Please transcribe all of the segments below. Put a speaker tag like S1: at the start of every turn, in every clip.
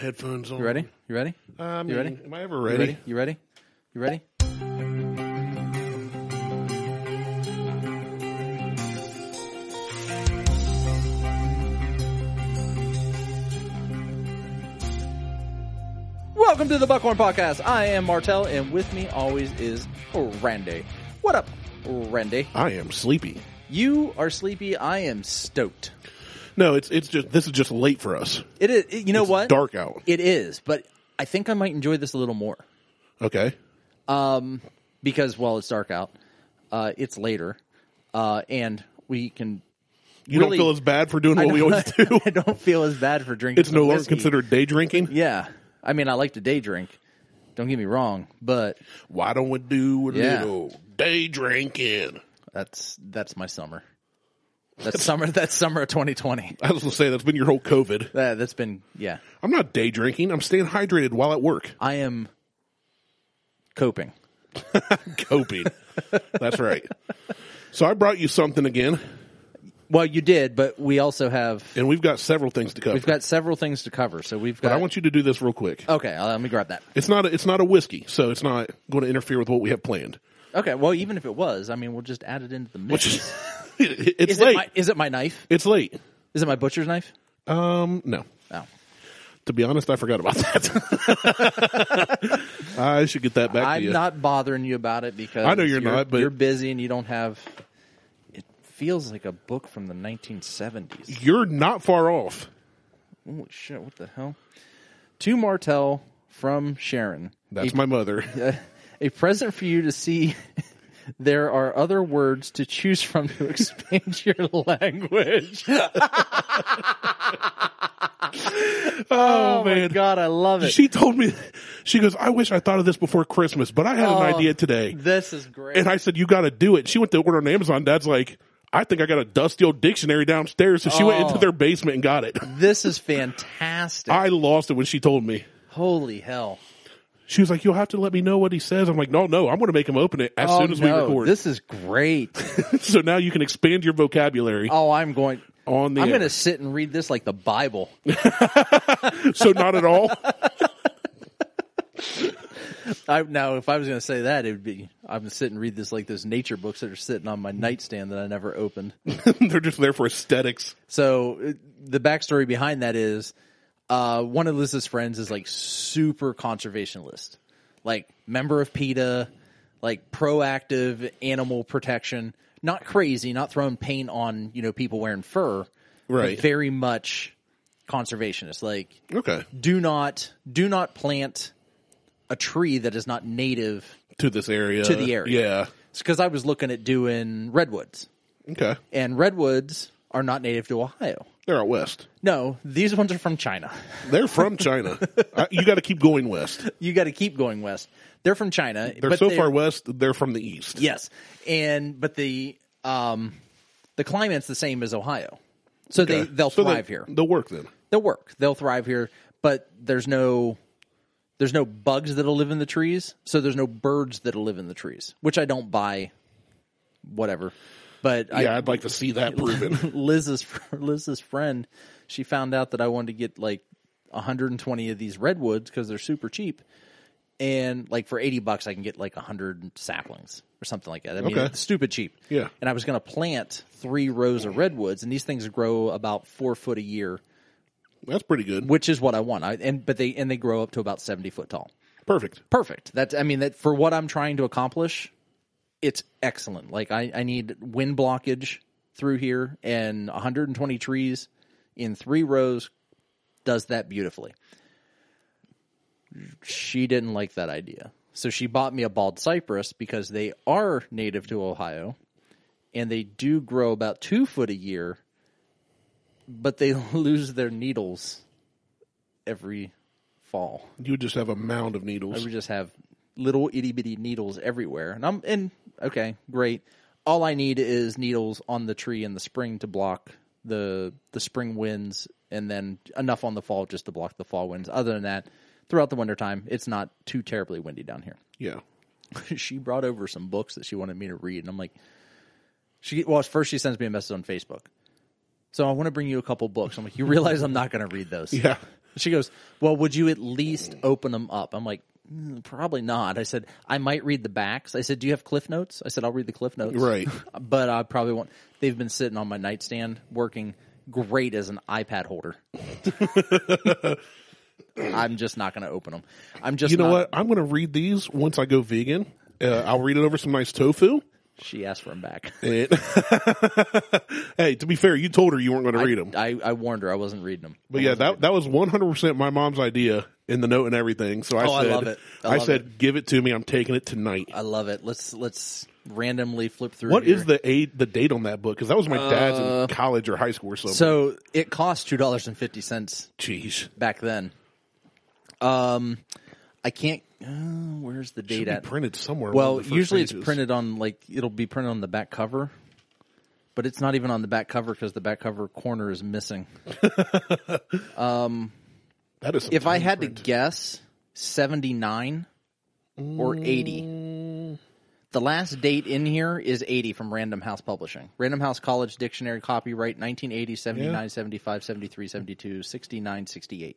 S1: headphones on.
S2: You ready? You ready?
S1: I mean,
S2: You ready?
S1: Am I ever
S2: You
S1: ready?
S2: ready? You ready? You ready? Welcome to the Buckhorn Podcast. I am Martell, and with me always is Randy. What up, Randy?
S1: I am sleepy.
S2: You are sleepy. I am stoked.
S1: No, it's it's just this is just late for us.
S2: It is. you know
S1: It's
S2: what?
S1: dark out.
S2: It is, but I think I might enjoy this a little more.
S1: Okay.
S2: um, because while it's dark out, uh, it's later, uh, and we can.
S1: You
S2: Really-
S1: don't feel as bad for doing what we always do.
S2: I don't feel as bad for drinking.
S1: It's no longer
S2: whiskey.
S1: considered day drinking.
S2: Yeah, I mean, I like to day drink. Don't get me wrong, but
S1: Why don't we do a
S2: Yeah.
S1: little day drinking?
S2: that's that's my summer. That's summer. That's summer of 2020.
S1: I was gonna say that's been your whole COVID.
S2: That, that's been yeah.
S1: I'm not day drinking. I'm staying hydrated while at work.
S2: I am coping.
S1: Coping. that's right. So I brought you something again,
S2: Well, you did, but we also have
S1: and we've got several things to cover.
S2: we've got several things to cover. So we've got.
S1: but I want you to do this real quick.
S2: okay, uh, let me grab that.
S1: It's not a, it's not a whiskey, so it's not going to interfere with what we have planned.
S2: Okay, well, even if it was, I mean, we'll just add it into the mix.
S1: Which is it, it's
S2: Is it,
S1: late.
S2: my, is it my knife?
S1: it's late.
S2: Is it my butcher's knife?
S1: Um, no.
S2: Oh.
S1: To be honest, I forgot about that. I should get that back to
S2: I'm
S1: you.
S2: not bothering you about it because
S1: I know you're not, but-
S2: you're busy and you don't have. It feels like a book from the 1970s.
S1: You're not far off.
S2: Holy shit! What the hell? To Martell from Sharon,
S1: That's my mother. Oh,
S2: a present for you to see. There are other words to choose from to expand your language.
S1: Oh,
S2: my God, I love it.
S1: She told me. She goes. I wish I thought of this before Christmas, but I had
S2: Oh.
S1: an idea today,
S2: This is great.
S1: and I said you got to do it. She went to order on Amazon. Dad's like, I think I got a dusty old dictionary downstairs, so she went
S2: Oh.
S1: into their basement and got it.
S2: this is fantastic.
S1: I lost it when she told me.
S2: Holy hell.
S1: She was like, "You'll have to let me know what he says." I'm like, "No, no, I'm going to make him open it as soon as we record."
S2: Oh, This is great.
S1: so now you can expand your vocabulary
S2: Oh, I'm going.
S1: on the.
S2: I'm
S1: air.
S2: going to sit and read this like the Bible.
S1: so not at all.
S2: I, now, if I was going to say that, it would be I'm going to sit and read this like those nature books that are sitting on my nightstand that I never opened.
S1: They're just there for aesthetics.
S2: So uh, the backstory behind that is uh, one of Liz's friends is like super conservationist, like member of PETA, like proactive animal protection. Not crazy, not throwing paint on you know people wearing fur, but
S1: Right.
S2: Very much conservationist, like
S1: Okay.
S2: do not do not plant a tree that is not native
S1: To this area.
S2: To the area.
S1: Yeah.
S2: because I was looking at doing redwoods
S1: Okay.
S2: and redwoods are not native to Ohio.
S1: They're out west.
S2: No, these ones are from China.
S1: They're from China. I, you got to keep going west.
S2: You got to keep going west. They're from China.
S1: They're so far west. They're from the east.
S2: Yes, and but the um the climate's the same as Ohio, so they
S1: Okay.
S2: they'll
S1: So they-
S2: thrive here.
S1: They'll work then.
S2: They'll work. They'll thrive here. But there's no there's no bugs that'll live in the trees, so there's no birds that'll live in the trees, which I don't buy. Whatever, but I,
S1: Yeah, I'd like to see that proven.
S2: Liz's Liz's friend, she found out that I wanted to get like 120 of these redwoods because they're super cheap, and like for 80 bucks I can get like 100 saplings or something like that. I mean,
S1: Okay.
S2: it's stupid cheap.
S1: Yeah.
S2: And I was going to plant three rows of redwoods, and these things grow about four foot a year,
S1: That's pretty good.
S2: which is what I want. I, and but they and they grow up to about 70 foot tall.
S1: Perfect.
S2: Perfect. That's I mean that for what I'm trying to accomplish, it's excellent. Like I, I need wind blockage through here and 120 trees in three rows does that beautifully. She didn't like that idea. So she bought me a bald cypress because they are native to Ohio and they do grow about two foot a year, but they lose their needles every fall.
S1: You just have a mound of needles.
S2: We just have little itty bitty needles everywhere. And I'm and okay, great. All I need is needles on the tree in the spring to block the the spring winds and then enough on the fall just to block the fall winds. Other than that, throughout the wintertime, it's not too terribly windy down here.
S1: Yeah.
S2: she brought over some books that she wanted me to read and I'm like she well first she sends me a message on Facebook. So I want to bring you a couple books. I'm like, you realize I'm not going to read those.
S1: Yeah.
S2: She goes, "Well, would you at least open them up?" I'm like, "Mm, "Probably not." I said, "I might read the backs." I said, "Do you have cliff notes?" I said, "I'll read the cliff notes."
S1: Right.
S2: but I probably won't. They've been sitting on my nightstand working great as an iPad holder. I'm just not going to open them. I'm just
S1: You know
S2: not-
S1: what? I'm going to read these once I go vegan. Uh, I'll read it over some nice tofu.
S2: She asked for them back.
S1: And- hey, to be fair, you told her you weren't going to read them.
S2: I, I warned her I wasn't reading them.
S1: But yeah, that that was 100% my mom's idea in the note and everything. So I
S2: Oh, I
S1: said,
S2: love it. I love
S1: said, give it to me. I'm taking it tonight.
S2: I love it. Let's let's randomly flip through.
S1: What
S2: here.
S1: is the aid, the date on that book? Because that was my dad's in college or high school or something.
S2: Uh, So it cost two dollars and fifty cents
S1: Jeez,
S2: back then. Um, I can't. Uh, where's the date
S1: should be
S2: at?
S1: printed somewhere. on
S2: well,
S1: one of the first
S2: usually
S1: pages.
S2: it's printed on like it'll be printed on the back cover, but it's not even on the back cover because the back cover corner is missing.
S1: That is some
S2: If I
S1: tiny
S2: had to
S1: print.
S2: guess, seventy nine or eighty.
S1: Mm.
S2: The last date in here is 80 from Random House Publishing. Random House College Dictionary Copyright 1980, 79,
S1: Yeah.
S2: 75, 73, 72, 69, 68.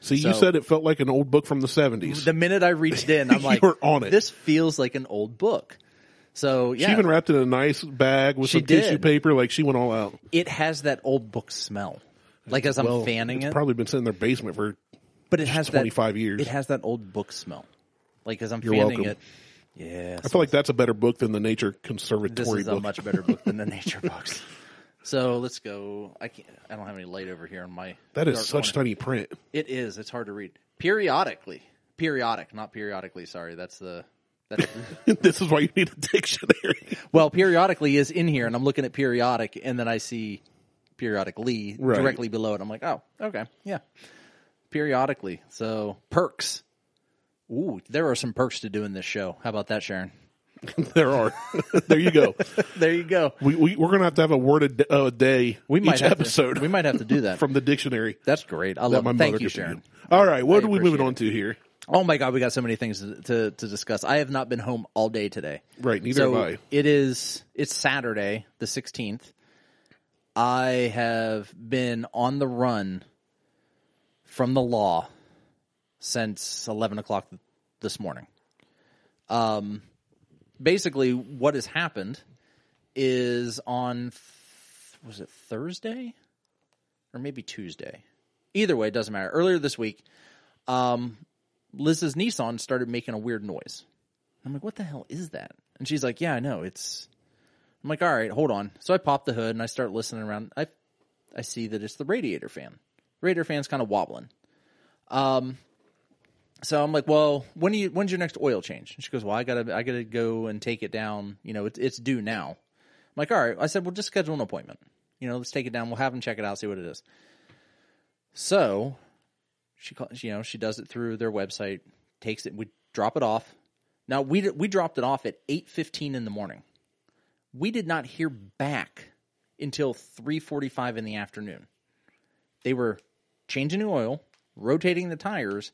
S1: see, you
S2: so-
S1: said it felt like an old book from the seventies.
S2: The minute I reached in, I'm
S1: You
S2: like,
S1: were on it.
S2: This feels like an old book. So yeah,
S1: She even wrapped it in a nice bag with
S2: She
S1: some tissue
S2: did.
S1: paper. Like she went all out.
S2: it has that old book smell. Like as I'm fanning
S1: Oh, it's
S2: it,
S1: Probably been sitting in their basement for.
S2: but it has that
S1: 25 years.
S2: It has that old book smell. Like as I'm
S1: You're
S2: fanning
S1: welcome.
S2: it, yeah.
S1: I feel like that's a better book than the Nature
S2: This
S1: Conservatory
S2: is a
S1: book.
S2: much better book than the nature books. So let's go. I can't. I don't have any light over here on my.
S1: that is
S2: dark
S1: such
S2: corner.
S1: tiny print.
S2: It is. It's hard to read. Periodically, periodic, not periodically. Sorry, that's the. That's the
S1: this is why you need a dictionary.
S2: Well, periodically is in here, and I'm looking at periodic, and then I see periodically
S1: Right.
S2: directly below it. I'm like, oh, okay, yeah. Periodically, so perks. Ooh, there are some perks to doing this show. How about that, Sharon?
S1: there are. there you go.
S2: There you go.
S1: We, we we're gonna have to have a word a d- a day.
S2: We might
S1: each
S2: have
S1: episode
S2: To, we might have to do that.
S1: from the dictionary.
S2: That's great. I
S1: that
S2: love.
S1: my
S2: it.
S1: mother
S2: Thank you,
S1: could
S2: Sharon.
S1: read. All right, what
S2: I
S1: are we moving
S2: appreciate
S1: on to here?
S2: Oh my god, we got so many things to, to, to discuss. I have not been home all day today.
S1: Right, neither
S2: so
S1: have I.
S2: It is it's Saturday, the sixteenth. I have been on the run from the law since eleven o'clock this morning. Um, basically, what has happened is on th- was it Thursday or maybe Tuesday? Either way, it doesn't matter. Earlier this week, um, Liz's Nissan started making a weird noise. I'm like, what the hell is that? And she's like, yeah, I know. It's. I'm like, all right, hold on. So I pop the hood and I start listening around. I, I see that it's the radiator fan. Radiator fan's kind of wobbling. Um, so I'm like, well, when do you? When's your next oil change? And she goes, well, I gotta, I gotta go and take it down. You know, it's it's due now. I'm like, all right. I said, well, just schedule an appointment. You know, let's take it down. We'll have them check it out, see what it is. So she calls, you know, she does it through their website, takes it, we drop it off. Now we we dropped it off at 8:15 in the morning. We did not hear back until 3:45 in the afternoon. They were changing the oil, rotating the tires,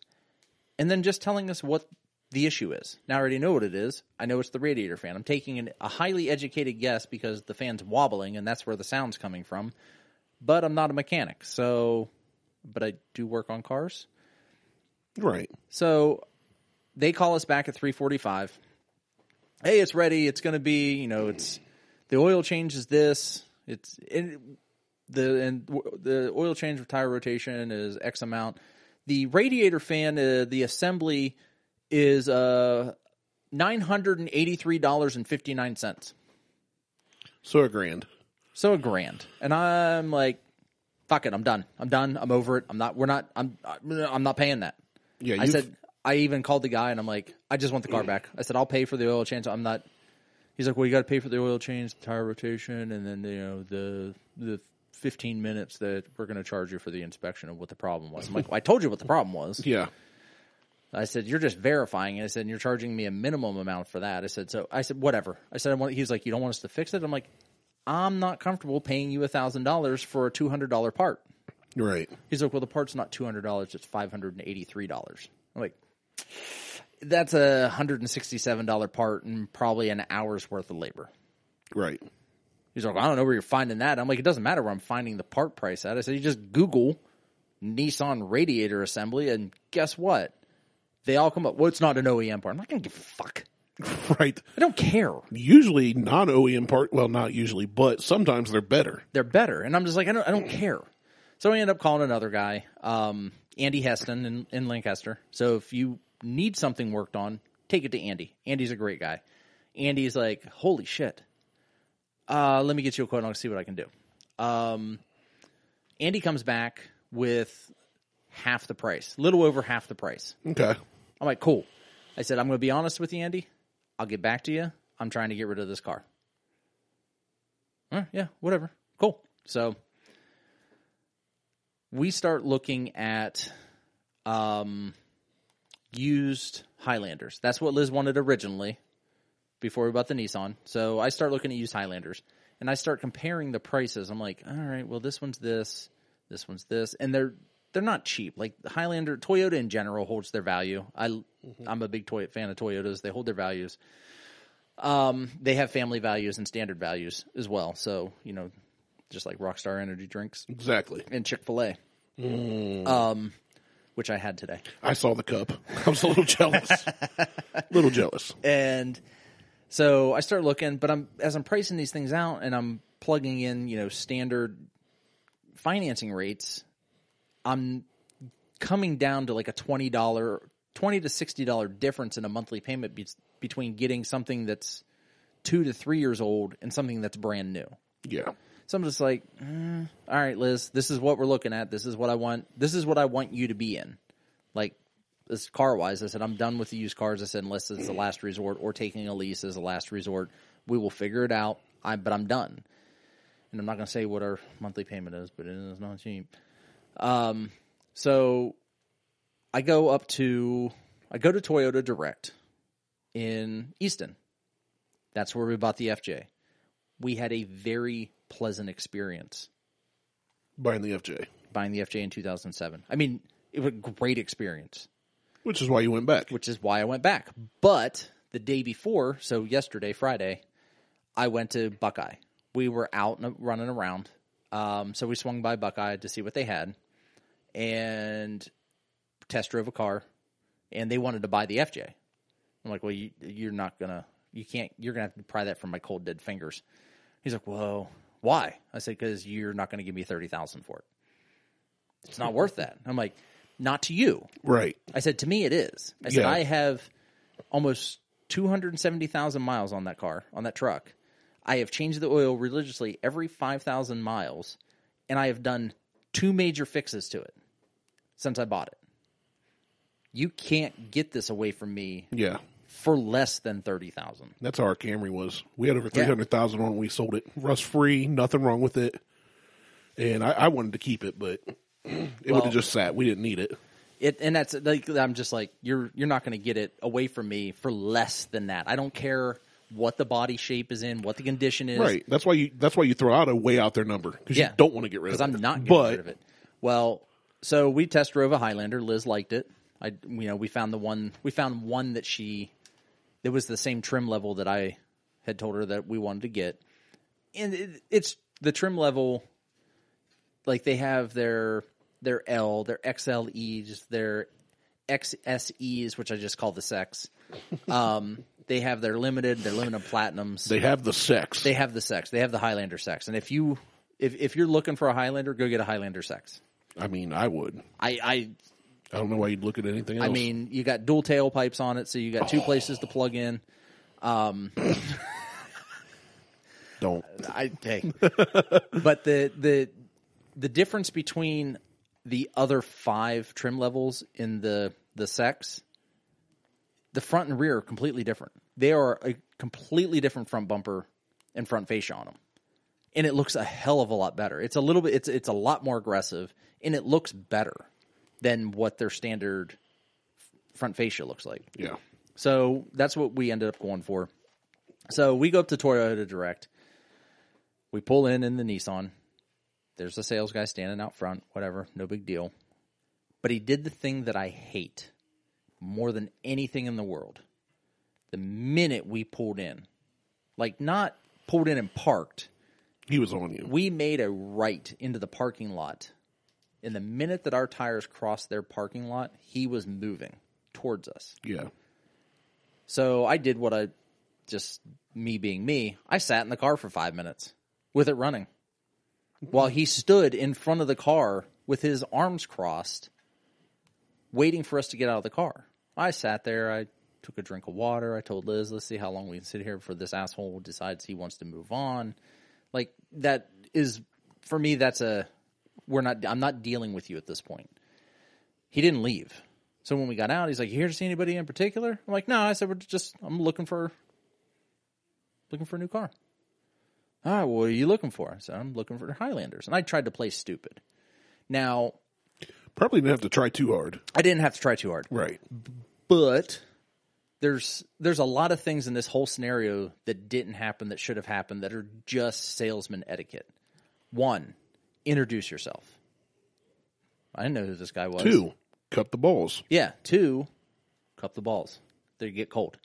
S2: and then just telling us what the issue is. Now I already know what it is. I know it's the radiator fan. I'm taking an, a highly educated guess because the fan's wobbling and that's where the sound's coming from. But I'm not a mechanic, so but I do work on cars.
S1: Right.
S2: So they call us back at 3:45. Hey, it's ready. It's going to be, you know, it's the oil change is this. It's and the and w- the oil change with tire rotation is X amount. The radiator fan, uh, the assembly is uh nine hundred and eighty three dollars and fifty nine cents.
S1: So a grand.
S2: So a grand, and I'm like, fuck it, I'm done. I'm done. I'm over it. I'm not. We're not. I'm. I'm not paying that.
S1: Yeah,
S2: I
S1: you've-
S2: said I even called the guy and I'm like, I just want the car back. I said I'll pay for the oil change. I'm not. He's like, well, you got to pay for the oil change, the tire rotation, and then you know the the 15 minutes that we're going to charge you for the inspection of what the problem was. I'm like, well, I told you what the problem was.
S1: Yeah.
S2: I said you're just verifying. it. I said and you're charging me a minimum amount for that. I said so. I said whatever. I said I want. He's like, you don't want us to fix it. I'm like, I'm not comfortable paying you a thousand dollars for a two hundred dollar part.
S1: You're right.
S2: He's like, well, the part's not two hundred dollars; it's five hundred and eighty-three dollars. I'm like, that's a hundred and sixty-seven dollar part and probably an hour's worth of labor.
S1: Right.
S2: He's like, I don't know where you're finding that. I'm like, it doesn't matter where I'm finding the part price at. I said, you just Google Nissan radiator assembly, and guess what? They all come up. Well, it's not an OEM part. I'm not gonna give a fuck.
S1: right?
S2: I don't care.
S1: Usually non OEM part. Well, not usually, but sometimes they're better.
S2: they're better. And I'm just like, I don't, I don't care. So I end up calling another guy, um, Andy Heston in, in Lancaster. So if you need something worked on, take it to Andy. Andy's a great guy. Andy's like, holy shit. Uh, let me get you a quote and I'll see what I can do. Um, Andy comes back with half the price, little over half the price.
S1: Okay.
S2: I'm like, cool. I said, I'm going to be honest with you, Andy. I'll get back to you. I'm trying to get rid of this car. "All right, yeah, whatever. Cool. So we start looking at um, used Highlanders. That's what Liz wanted originally before we bought the Nissan. So I start looking at used Highlanders and I start comparing the prices. I'm like, all right, well this one's this, this one's this, and they're they're not cheap. Like the Highlander, Toyota in general holds their value. I I'm a big Toyota fan of Toyotas. They hold their values. Um, they have family values and standard values as well. So you know, just like Rockstar Energy drinks
S1: Exactly.
S2: and Chick Fil A, um, which I had today.
S1: I saw the cup. I was a little jealous. little jealous.
S2: And so I start looking, but I'm as I'm pricing these things out and I'm plugging in, you know, standard financing rates, I'm coming down to like a twenty dollar, twenty to sixty dollar difference in a monthly payment be- between getting something that's two to three years old and something that's brand new.
S1: Yeah.
S2: So I'm just like, "Mm, all right, Liz, this is what we're looking at. This is what I want. This is what I want you to be in. Like, this car wise, I said, I'm done with the used cars. I said, unless it's a last resort or taking a lease as a last resort, we will figure it out. I, but I'm done. And I'm not going to say what our monthly payment is, but it is not cheap. Um, so I go up to, I go to Toyota Direct in Easton. That's where we bought the FJ we had a very pleasant experience
S1: Buying the FJ,
S2: buying the FJ in 2007. I mean, it was a great experience,
S1: which is why you went back.
S2: which is why I went back. But the day before, so yesterday, Friday, I went to Buckeye. We were out and running around. Um, so we swung by Buckeye to see what they had and test drove a car and they wanted to buy the FJ. I'm like, well, you, you're not gonna, you can't, you're gonna have to pry that from my cold dead fingers. He's like, whoa, why? I said, because you're not gonna give me thirty thousand for it. It's not worth that. I'm like, not to you.
S1: Right.
S2: I said, to me, it is. I said,
S1: Yeah.
S2: I have almost two hundred seventy thousand miles on that car, on that truck. I have changed the oil religiously every five thousand miles, and I have done two major fixes to it since I bought it. You can't get this away from me
S1: Yeah.
S2: for less than thirty thousand.
S1: That's how our Camry was. We had over three hundred thousand on it when we sold it. Rust free, nothing wrong with it. And I, I wanted to keep it, but it would have just sat. We didn't need it.
S2: It and that's like I'm just like you're you're not going to get it away from me for less than that. I don't care what the body shape is in, what the condition is.
S1: Right. That's why you. That's why you throw out a way out there number because
S2: Yeah.
S1: you don't want to get rid of
S2: because
S1: it.
S2: I'm not getting
S1: But
S2: rid of it. Well, so we test drove a Highlander. Liz liked it. I, you know, we found the one. We found one that she. It was the same trim level that I had told her that we wanted to get, and it, it's the trim level. Like they have their their L, their XLEs, their XSEs, which I just call the sex. Um, they have their limited, their limited platinums
S1: they have the sex.
S2: they have the sex. They have the Highlander sex. And if you if if you're looking for a Highlander, go get a Highlander sex.
S1: I mean, I would.
S2: I I
S1: I don't know why you'd look at anything else.
S2: I mean, you got dual tailpipes on it, so you got two Oh. places to plug in.
S1: don't.
S2: I hey. but the the the difference between the other five trim levels in the the sex, the front and rear are completely different. They are a completely different front bumper and front fascia on them, and it looks a hell of a lot better. It's a little bit. It's it's a lot more aggressive, and it looks better than what their standard f- front fascia looks like.
S1: Yeah.
S2: So that's what we ended up going for. So we go up to Toyota Direct. We pull in in the Nissan. There's a sales guy standing out front, whatever, no big deal. But he did the thing that I hate more than anything in the world. The minute we pulled in, like not pulled in and parked,
S1: He was on you.
S2: we made a right into the parking lot And the minute that our tires crossed their parking lot, he was moving towards us.
S1: Yeah.
S2: So I did what I just me being me. I sat in the car for five minutes with it running while he stood in front of the car with his arms crossed, waiting for us to get out of the car. I sat there. I took a drink of water. I told Liz, let's see how long we can sit here before this asshole decides he wants to move on. Like, that is, for me, that's a, we're not, I'm not dealing with you at this point. He didn't leave. So when we got out, he's like, you here to see anybody in particular? I'm like, no, I said, we're just, I'm looking for, looking for a new car. All right, what are you looking for? I said, I'm looking for Highlanders. And I tried to play stupid. Now,
S1: Probably didn't have to try too hard.
S2: I didn't have to try too hard,
S1: Right.
S2: but there's there's a lot of things in this whole scenario that didn't happen that should have happened that are just salesman etiquette. One, introduce yourself. I didn't know who this guy was.
S1: Two, cut the balls.
S2: Yeah, two, cup the balls. They get cold.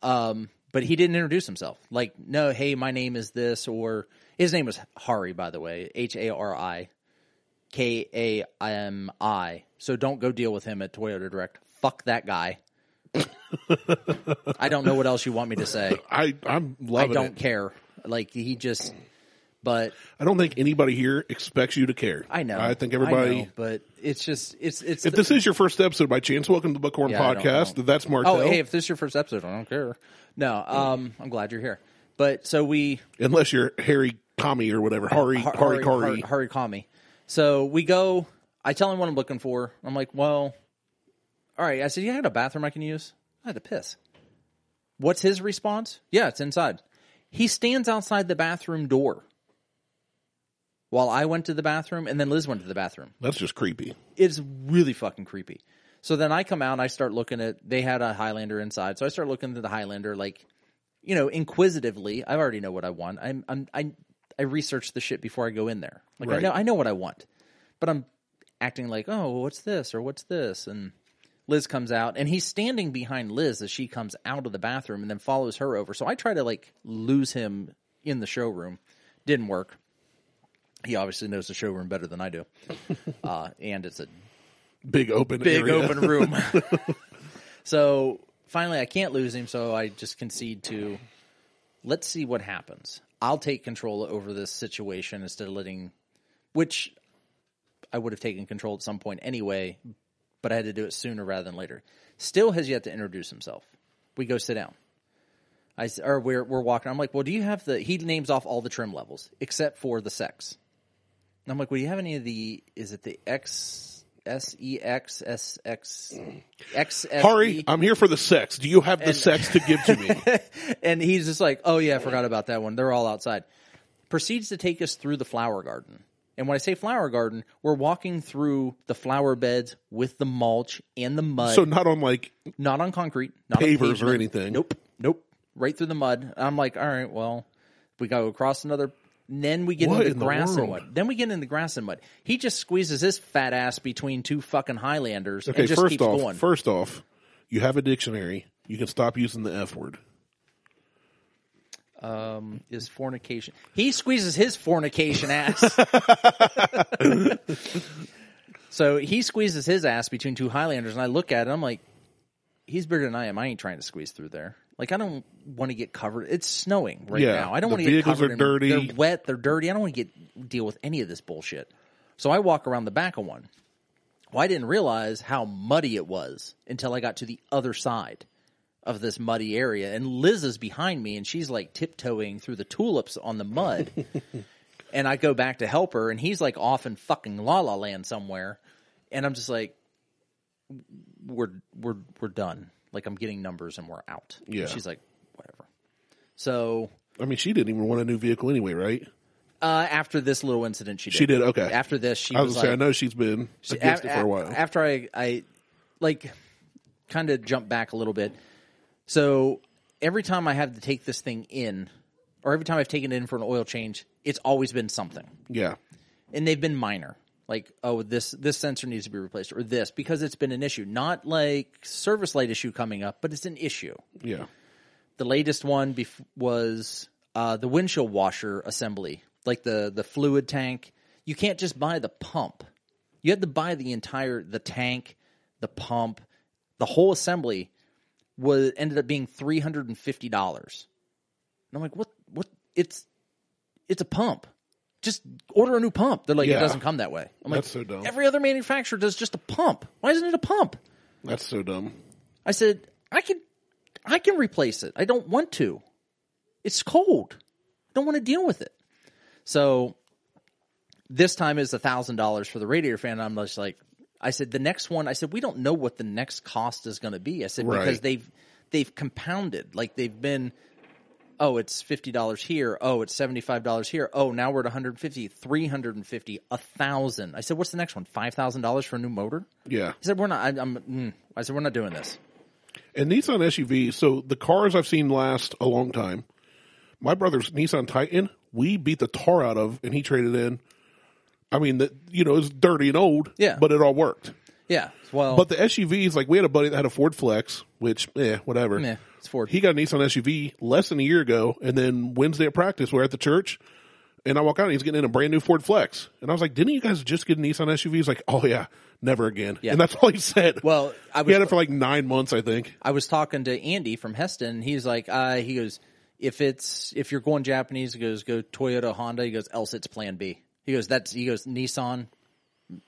S2: Um, but he didn't introduce himself. Like, no, hey, my name is this, or his name was Hari, by the way, H A R I K A M I. So don't go deal with him at Toyota Direct. Fuck that guy. I don't know what else you want me to say.
S1: I, I'm
S2: I
S1: loving
S2: don't
S1: it.
S2: care. Like, he just, but
S1: I don't think anybody here expects you to care.
S2: I know.
S1: I think everybody.
S2: know, but it's just, it's, it's,
S1: If this is your first episode by chance, welcome to the Buckhorn
S2: Yeah, I don't- I
S1: Podcast.
S2: don't-
S1: That's Martel.
S2: Oh, hey, if this is your first episode, I don't care. No, um, I'm glad you're here. But so we
S1: Unless you're Harry Tommy or whatever. Hari, Hari, Hari.
S2: Hari, Hari Kami. So we go. I tell him what I'm looking for. I'm like, well, all right. I said, you got a bathroom I can use? I had to piss. What's his response? Yeah, it's inside. He stands outside the bathroom door while I went to the bathroom, and then Liz went to the bathroom.
S1: That's just creepy.
S2: It's really fucking creepy. So then I come out and I start looking at they had a Highlander inside. So I start looking at the Highlander like, you know, inquisitively. I already know what I want. I'm, I'm I I research the shit before I go in there. Like I
S1: Right.
S2: know I know what I want. But I'm acting like, "Oh, well, what's this?" or "What's this?" and Liz comes out and he's standing behind Liz as she comes out of the bathroom and then follows her over. So I try to like lose him in the showroom. Didn't work. He obviously knows the showroom better than I do. uh, and it's a
S1: Big open
S2: big
S1: area.
S2: open room. so finally, I can't lose him, so I just concede to let's see what happens. I'll take control over this situation instead of letting, which I would have taken control at some point anyway, but I had to do it sooner rather than later. Still has yet to introduce himself. We go sit down. I s- or we're we're walking. I'm like, well, do you have the? He names off all the trim levels except for the sex. And I'm like, well, do you have any of the? Is it the X S E X S X X S E?
S1: Hari, I'm here for the sex. Do you have the sex to give to me?
S2: and he's just like, "Oh yeah, I forgot about that one. They're all outside." Proceeds to take us through the flower garden. And when I say flower garden, we're walking through the flower beds with the mulch and the mud,
S1: so not on like
S2: not on concrete, not on
S1: pavers or
S2: pavement.
S1: anything.
S2: Nope, nope. Right through the mud. And I'm like, "All right, well, we got to go across another." and Then we get
S1: What
S2: into
S1: in the
S2: grass and
S1: world?
S2: mud. Then we get into grass and mud. He just squeezes his fat ass between two fucking Highlanders
S1: Okay,
S2: and just
S1: first
S2: keeps
S1: off,
S2: going.
S1: first off, you have a dictionary. You can stop using the F word.
S2: um, is fornication. He squeezes his fornication ass. so he squeezes his ass between two Highlanders, and I look at it. I'm like, he's bigger than I am. I ain't trying to squeeze through there. Like I don't want to get covered. It's snowing right
S1: Yeah,
S2: now. I don't
S1: the
S2: want to get
S1: vehicles
S2: covered.
S1: are
S2: in-
S1: dirty.
S2: They're wet. They're dirty. I don't want to get deal with any of this bullshit. So I walk around the back of one. Well, I didn't realize how muddy it was until I got to the other side of this muddy area. And Liz is behind me and she's like tiptoeing through the tulips on the mud. and I go back to help her and he's like off in fucking La La Land somewhere. And I'm just like, we're, we're, we're done. Like I'm getting numbers and we're out. And
S1: Yeah.
S2: she's like, whatever. So
S1: I mean, she didn't even want a new vehicle anyway, right?
S2: uh, after this little incident, she did.
S1: She did. Okay.
S2: After this, she
S1: I
S2: was
S1: was gonna say,
S2: like,
S1: I know she's been against
S2: a-
S1: it for a while.
S2: After I, I like kind of jump back a little bit. So every time I have to take this thing in, or every time I've taken it in for an oil change, it's always been something,
S1: yeah,
S2: and they've been minor. Like oh this this sensor needs to be replaced or this because it's been an issue, not like service light issue coming up, but it's an issue.
S1: yeah.
S2: The latest one bef- was uh, the windshield washer assembly, like the the fluid tank. You can't just buy the pump. You had to buy the entire the tank, the pump, the whole assembly was ended up being three hundred and fifty dollars. And I'm like, what? What? It's it's a pump. Just order a new pump. They're like,
S1: Yeah.
S2: it doesn't come that way. I'm like,
S1: That's so dumb.
S2: every other manufacturer does just a pump. Why isn't it a pump?
S1: That's so dumb.
S2: I said, I can, I can replace it. I don't want to. It's cold. I don't want to deal with it. So this time is a thousand dollars for the radiator fan. I'm just like, I said, the next one, I said, we don't know what the next cost is going to be. I said, because
S1: Right.
S2: they've, they've compounded, like they've been, oh, it's $50 here. Oh, it's $75 here. Oh, now we're at 150, 350, a thousand. I said, what's the next one? $5,000 for a new motor?
S1: Yeah.
S2: He said, "We're not." I'm. I'm mm. I said, "We're not doing this."
S1: And Nissan SUVs, so the cars I've seen last a long time. My brother's Nissan Titan, we beat the tar out of, and he traded in. I mean, that you know, it's dirty and old,
S2: Yeah.
S1: but it all worked.
S2: Yeah. Well,
S1: But the SUVs, like we had a buddy that had a Ford Flex, which, eh, whatever.
S2: yeah, it's Ford.
S1: He got a Nissan SUV less than a year ago, and then Wednesday at practice, we're at the church, and I walk out, and he's getting in a brand new Ford Flex, and I was like, "Didn't you guys just get a Nissan SUV?" He's like, "Oh yeah, never again." And that's all he said.
S2: well, I
S1: he
S2: was
S1: had it for like nine months, I think.
S2: I was talking to Andy from Heston. And he's like, uh, he goes, if it's if you're going Japanese, he goes, go Toyota, Honda. He goes, else it's Plan B. He goes, that's he goes Nissan,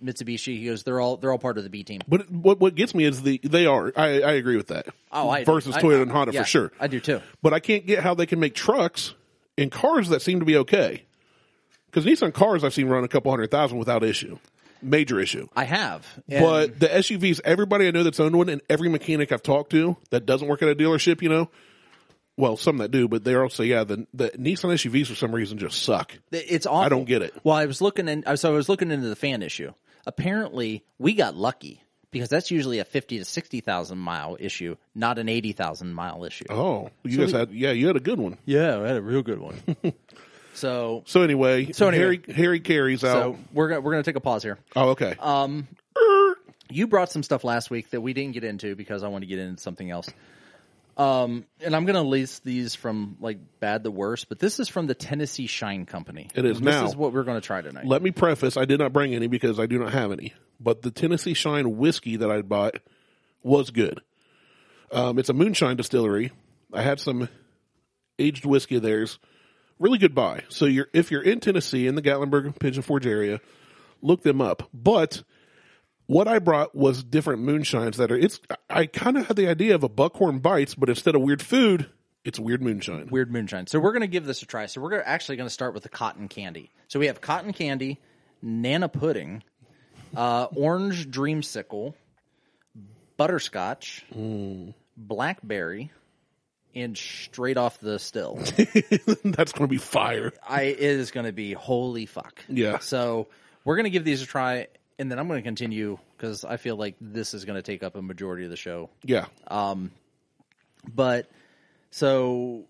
S2: Mitsubishi. He goes, they're all they're all part of the B team.
S1: But what what gets me is the they are. I, I agree with that.
S2: Oh, I
S1: versus
S2: I-
S1: Toyota
S2: I-
S1: and Honda
S2: yeah,
S1: for sure.
S2: I do too.
S1: but I can't get how they can make trucks and cars that seem to be okay. Because Nissan cars I've seen run a couple hundred thousand without issue, major issue.
S2: I have, And-
S1: But the SUVs, everybody I know that's owned one, and every mechanic I've talked to that doesn't work at a dealership, you know, well, some that do, but they all say, yeah, the, the Nissan SUVs for some reason just suck.
S2: It's awful.
S1: I don't get it.
S2: Well, I was looking in. So I was looking into the fan issue. Apparently, we got lucky because that's usually a fifty to sixty thousand mile issue, not an eighty thousand mile issue.
S1: Oh, you guys had, yeah, you had a good one.
S2: Yeah, I had a real good one. so,
S1: So anyway, so
S2: anyway.
S1: Harry, Harry carries out.
S2: so we're gonna, we're going to take a pause here.
S1: oh, okay.
S2: You brought some stuff last week that we didn't get into because I want to get into something else. Um, and I'm going to list these from like bad to worse, but this is from the Tennessee Shine Company.
S1: It is
S2: And
S1: now.
S2: This is what we're going to try tonight.
S1: Let me preface: I did not bring any because I do not have any. But the Tennessee Shine whiskey that I bought was good. Um, it's a moonshine distillery. I had some aged whiskey of theirs. Really good buy. So you're if you're in Tennessee in the Gatlinburg Pigeon Forge area, look them up. But what I brought was different moonshines that are. It's I kind of had the idea of a Buckhorn Bites, but instead of weird food, it's weird moonshine.
S2: weird moonshine. So we're going to give this a try. So we're gonna, actually going to start with the cotton candy. So we have cotton candy, nana pudding, uh, orange dreamsicle, butterscotch,
S1: Mm.
S2: blackberry, and straight off the still.
S1: That's going to be fire.
S2: I it is going to be holy fuck.
S1: Yeah.
S2: So we're going to give these a try, and then I'm going to continue because I feel like this is going to take up a majority of the show.
S1: Yeah,
S2: But so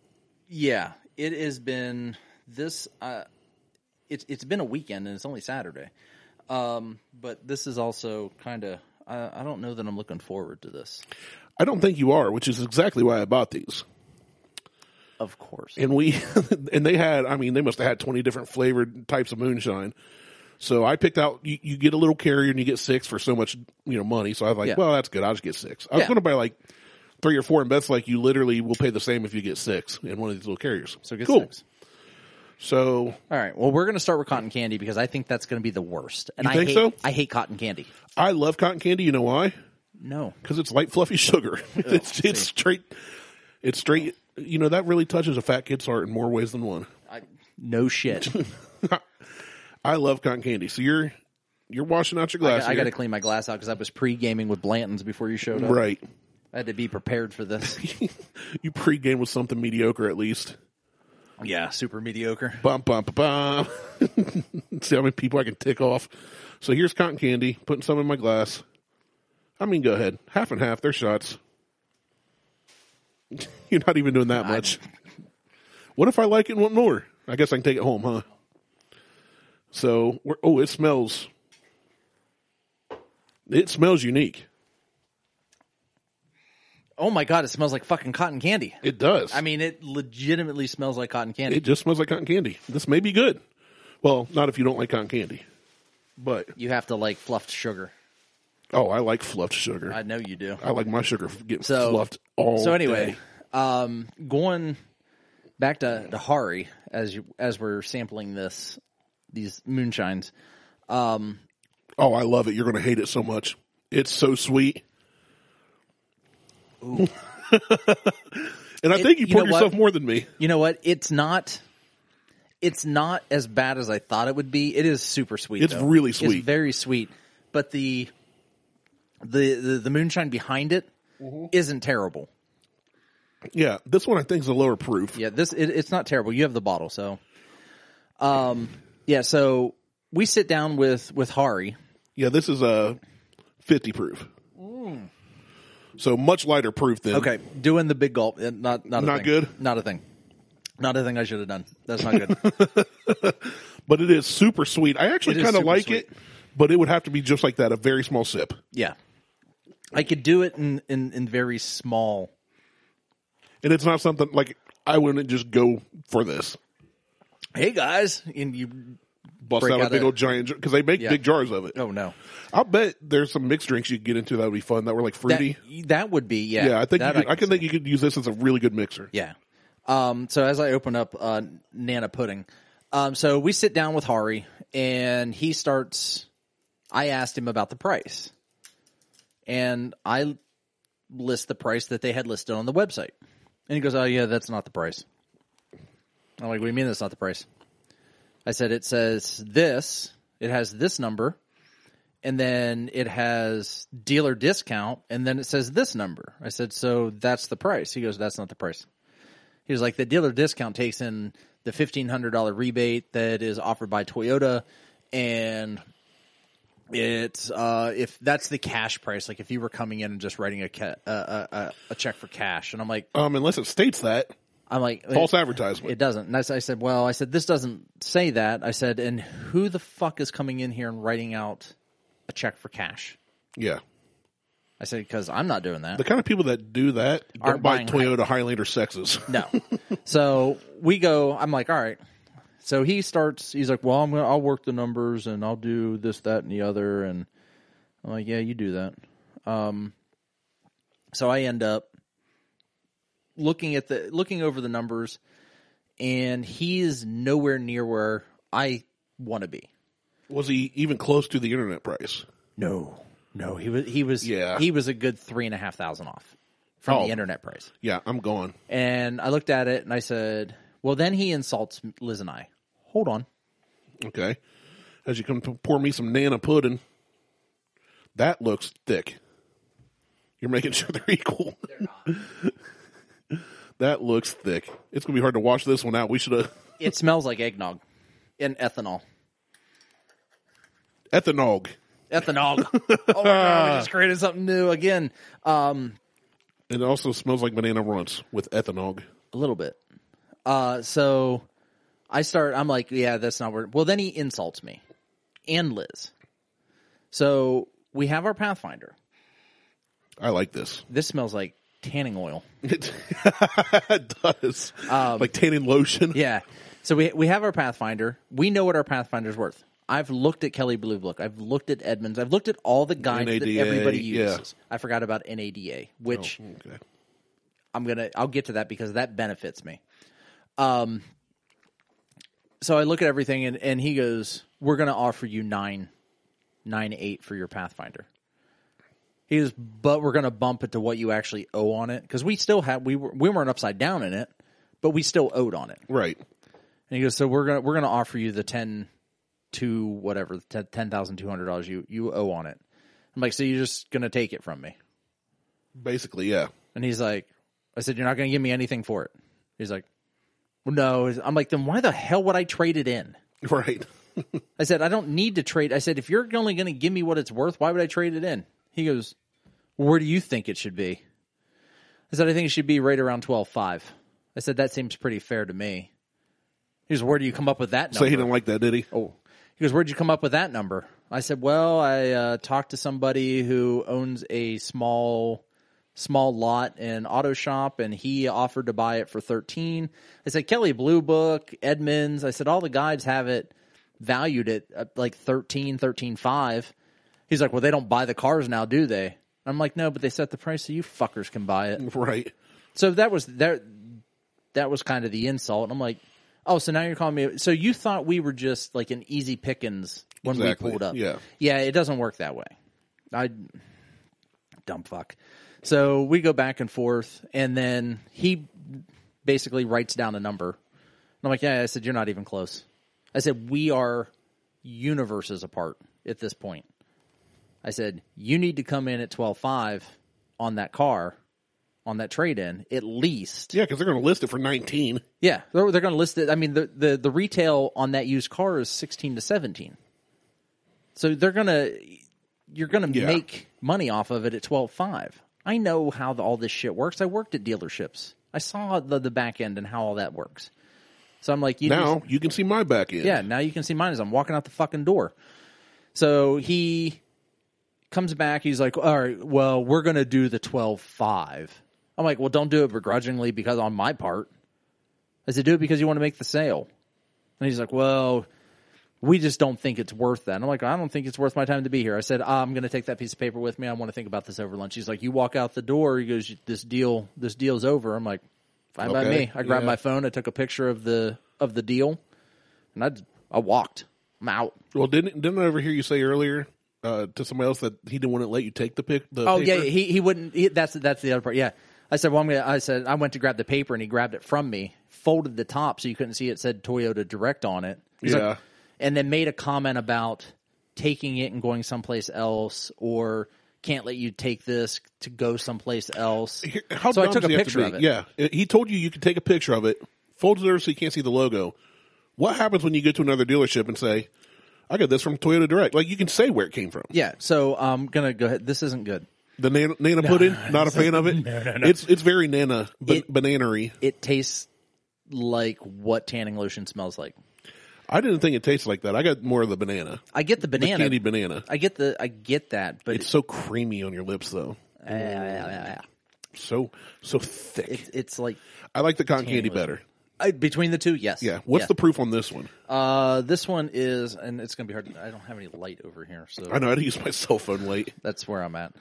S2: yeah, it has been this. Uh, it's it's been a weekend and it's only Saturday. Um, but this is also kind of I, I don't know that I'm looking forward to this.
S1: I don't think you are, which is exactly why I bought these.
S2: Of course,
S1: and we and they had i mean they must have had 20 different flavored types of moonshine so i picked out you, you get a little carrier and you get six for so much you know money so i was like
S2: Yeah.
S1: well that's good i'll just get six i was
S2: Yeah.
S1: going to buy like three or four and beth's like you literally will pay the same if you get six in one of these little carriers
S2: so good
S1: cool
S2: snacks.
S1: so
S2: All right, well, we're going to start with cotton candy because I think that's going to be the worst. And
S1: You
S2: I
S1: think
S2: hate,
S1: so?
S2: I hate cotton candy.
S1: i love cotton candy you know why
S2: No,
S1: because it's light fluffy sugar
S2: Oh,
S1: it's, it's straight it's straight you know that really touches a fat kid's heart in more ways than one
S2: I, no shit.
S1: i love cotton candy so you're you're washing out your glass
S2: I
S1: here.
S2: got to clean my glass out because I was pre gaming with Blanton's before you showed up.
S1: right
S2: I had to be prepared for this.
S1: you pregame with something mediocre at least.
S2: yeah, super mediocre.
S1: Bum bum bum. bum. See how many people I can tick off. So here's cotton candy. Putting some in my glass. I mean, go ahead. Half and half. They're shots. You're not even doing that much. What if I like it and want more? I guess I can take it home, huh? So we're oh, it smells. It smells unique.
S2: Oh my god, it smells like fucking cotton candy.
S1: It does.
S2: I mean, it legitimately smells like cotton candy.
S1: It just smells like cotton candy. This may be good. Well, not if you don't like cotton candy. But
S2: You have to like fluffed sugar.
S1: oh, I like fluffed sugar.
S2: I
S1: I,
S2: know you do.
S1: like my sugar f- getting
S2: So-
S1: fluffed all.
S2: so anyway,
S1: day.
S2: um, going back to, to Hari as you, as we're sampling this these moonshines.
S1: oh, I love it. You're going to hate it so much. It's so sweet. and I think you
S2: you know
S1: poured yourself
S2: what?
S1: more than me.
S2: You know what? It's not. It's not as bad as I thought it would be. It is super sweet.
S1: It's
S2: though.
S1: really sweet.
S2: It's very sweet, but the the the, the moonshine behind it not terrible.
S1: Yeah, this one I think is a lower proof.
S2: Yeah, this it, it's not terrible. You have the bottle, so. Um. Yeah. So we sit down with with Hari.
S1: Yeah, this is a 50 proof. So much lighter proof than.
S2: Mm. Okay, doing the big gulp. eh, Not not a
S1: Not
S2: thing.
S1: good?
S2: Not a thing. Not a thing I should have done. That's not good.
S1: But it is super sweet. I actually
S2: It is
S1: kind of
S2: super
S1: like
S2: sweet.
S1: it, but it would have to be just like that a very small sip.
S2: yeah, I could do it in in, in very small.
S1: And it's not something like I wouldn't just go for this.
S2: Hey guys, and you.
S1: Bust
S2: Break
S1: out, a
S2: out
S1: big
S2: a-
S1: old giant because they make
S2: Yeah.
S1: big jars of it.
S2: Oh no,
S1: I'll bet there's some mixed drinks you could get into that would be fun that were like
S2: that
S1: fruity.
S2: that would be yeah.
S1: yeah, I think you
S2: that
S1: could, I, can think you could use this as a really good mixer.
S2: Yeah. Um, so as I open up uh, Nana Pudding, um, so we sit down with Hari, and he starts. I asked him about the price, and I list the price that they had listed on the website, and he goes, "Oh yeah, that's not the price." I'm like, "What do you mean that's not the price?" I said, "It says this. It has this number." And then it has dealer discount, and then it says this number. I said, "So that's the price." He goes, "That's not the price." He was like, the dealer discount takes in the fifteen hundred dollar rebate that is offered by Toyota, and it's uh, if that's the cash price. Like if you were coming in and just writing a ca- uh, uh, uh, a check for cash, and I'm like,
S1: Um, unless it states that
S2: I'm like,
S1: false
S2: it,
S1: advertisement.
S2: it doesn't. And I, s- I said, well, I said this doesn't say that. I said, and who the fuck is coming in here and writing out a check for cash?
S1: yeah,
S2: I said because I'm not doing that.
S1: the kind of people that do that
S2: Aren't
S1: don't buy
S2: buying
S1: Toyota Highlander sexes.
S2: No. so we go. I'm like, all right. So he starts. He's like, well, I'm gonna. I'll work the numbers and I'll do this, that, and the other. And I'm like, yeah, you do that. Um. So I end up looking at the looking over the numbers, and he's nowhere near where I want to be.
S1: Was he even close to the internet price?
S2: No, no, he was he was
S1: Yeah.
S2: he was a good three and a half thousand off from
S1: Oh.
S2: the internet price.
S1: Yeah, I'm gone.
S2: And I looked at it and I said, well, then he insults Liz and I. Hold on.
S1: Okay, as you come to pour me some Nana pudding, that looks thick. You're making sure they're equal. that looks thick. It's gonna be hard to wash this one out. We should have
S2: It smells like eggnog and ethanol.
S1: ethanogue.
S2: Ethanol. oh, my God, we just created something new again. Um,
S1: It also smells like banana runts with ethanogue.
S2: a little bit. Uh, so I start, I'm like, yeah, that's not where. Well, then he insults me and Liz. So we have our Pathfinder.
S1: I like this.
S2: This smells like tanning oil.
S1: It, it does. like tanning lotion.
S2: Um, Yeah. So we we have our Pathfinder. We know what our Pathfinder's worth. I've looked at Kelly Blue Book. I've looked at Edmonds. I've looked at all the guides that
S1: NADA,
S2: everybody
S1: yeah. Oh.
S2: uses. I forgot about NADA, which
S1: Okay.
S2: I'm gonna I'll get to that because that benefits me. Um. So I look at everything and and he goes, "We're gonna offer you nine, nine eight for your Pathfinder." He goes, "But we're gonna bump it to what you actually owe on it because we still have we were we weren't upside down in it, but we still owed on it."
S1: Right.
S2: And he goes, so we're gonna we're gonna offer you the ten to whatever the ten thousand two hundred dollars you you owe on it. I'm like, so you're just gonna take it from me?
S1: Basically, yeah.
S2: And he's like, I said, you're not gonna give me anything for it. He's like, well, no. I'm like, then why the hell would I trade it in?
S1: Right.
S2: I said, I don't need to trade. I said, if you're only gonna give me what it's worth, why would I trade it in? He goes, well, where do you think it should be? I said, I think it should be right around twelve five. I said, that seems pretty fair to me. He goes, where do you come up with that number?
S1: So he didn't like that, did he?
S2: Oh. He goes, Where'd you come up with that number? I said, Well, I uh, talked to somebody who owns a small small lot in auto shop and he offered to buy it for 13 i said kelly blue book edmonds i said all the guides have it valued it at uh, like 13, 13.5. He's like, well, they don't buy the cars now, do they? I'm like, no, but they set the price so you fuckers can buy it.
S1: Right.
S2: So that was that. That was kind of the insult. And I'm like, oh, so now you're calling me. So you thought we were just like an easy pickings when
S1: Exactly,
S2: we pulled up?
S1: yeah.
S2: yeah. It doesn't work that way. I dumb fuck. So we go back and forth, and then he basically writes down a number. And I'm like, yeah. I said, you're not even close. I said, we are universes apart at this point. I said, you need to come in at twelve five on that car, on that trade in, at least.
S1: Yeah, because they're going to list it for 19.
S2: Yeah, they're, they're going to list it. I mean, the, the the retail on that used car is sixteen to seventeen. So they're gonna, you're gonna
S1: Yeah.
S2: make money off of it at twelve five. I know how the, all this shit works. I worked at dealerships. I saw the the back end and how all that works. So I'm like, you just-
S1: Now you can see my back end.
S2: yeah, now you can see mine as I'm walking out the fucking door. So he comes back. He's like, all right, well, we're going to do the 12.5. I'm like, well, don't do it begrudgingly because on my part. I said, do it because you want to make the sale. And he's like, well, we just don't think it's worth that. And I'm like, I don't think it's worth my time to be here. I said, ah, I'm going to take that piece of paper with me. I want to think about this over lunch. He's like, you walk out the door. He goes, this deal, this deal's over. I'm like, fine by
S1: Okay,
S2: me. I grabbed
S1: yeah.
S2: my phone. I took a picture of the of the deal, and I I walked. I'm out.
S1: Well, didn't didn't I overhear you say earlier uh, to somebody else that he didn't want to let you take the pic? The
S2: Oh
S1: paper?
S2: yeah, he he wouldn't. He, that's that's the other part. Yeah, I said, well, I'm gonna. I said I went to grab the paper, and he grabbed it from me, folded the top so you couldn't see it said Toyota Direct on it. He's like-
S1: Yeah.
S2: and then made a comment about taking it and going someplace else, or can't let you take this to go someplace else.
S1: Here- How
S2: so I
S1: dumb
S2: took
S1: does
S2: a
S1: he have to
S2: picture
S1: be?
S2: of it.
S1: Yeah, It- he told you you could take a picture of it, fold it over so you can't see the logo. What happens when you go to another dealership and say, "I got this from Toyota Direct"? Like you can say where it came from.
S2: Yeah, so I'm gonna go ahead. This isn't good.
S1: The nana, nana pudding, not a fan of it. It's it's very nana ba-
S2: It-
S1: bananery.
S2: It tastes like what tanning lotion smells like.
S1: I didn't think it tasted like that. I got more of the banana,
S2: I get the banana.
S1: candy banana.
S2: I get the I get that, but
S1: It's so creamy on your lips though,
S2: it's,
S1: so so thick.
S2: it's it's like
S1: I like the cotton candy better.
S2: I, between the two, yes.
S1: Yeah. What's the proof on this one?
S2: the uh, this one is, and it's gonna be hard. I don't have any light over here, so
S1: I know I had to use my cell phone late.
S2: that's where I'm at.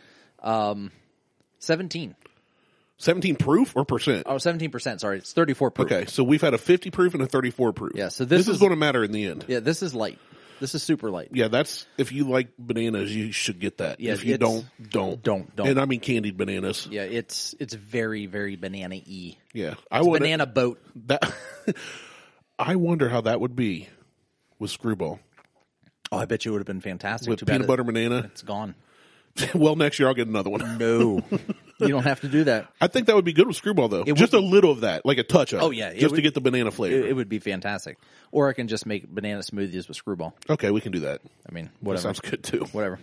S2: Um, seventeen.
S1: 17 proof or percent?
S2: Oh, 17 percent. Sorry, it's thirty four proof.
S1: Okay. So we've had a 50 proof and a 34 proof.
S2: Yeah, so this
S1: is,
S2: is-
S1: going to matter in the end. Yeah.
S2: Yeah, this is light. This is super light.
S1: That's if you like bananas, you should get that.
S2: Yeah,
S1: if you
S2: it's-
S1: don't, don't.
S2: Don't don't.
S1: And I mean candied bananas.
S2: yeah, it's it's very very banana y.
S1: Yeah. I would
S2: Banana boat.
S1: that I wonder how that would be with screwball.
S2: Oh, I bet you it would have been fantastic.
S1: With
S2: Too bad
S1: peanut
S2: it-
S1: butter banana.
S2: It's gone.
S1: well, next year I'll get another one.
S2: No, you don't have to do that.
S1: I think that would be good with screwball though. just a little of that, like a touch of.
S2: Oh,
S1: it,
S2: yeah, it
S1: Just to
S2: would-
S1: get the banana flavor.
S2: It, it would be fantastic. Or I can just make banana smoothies with screwball.
S1: okay, we can do that.
S2: I mean,
S1: That
S2: whatever.
S1: sounds good too.
S2: whatever.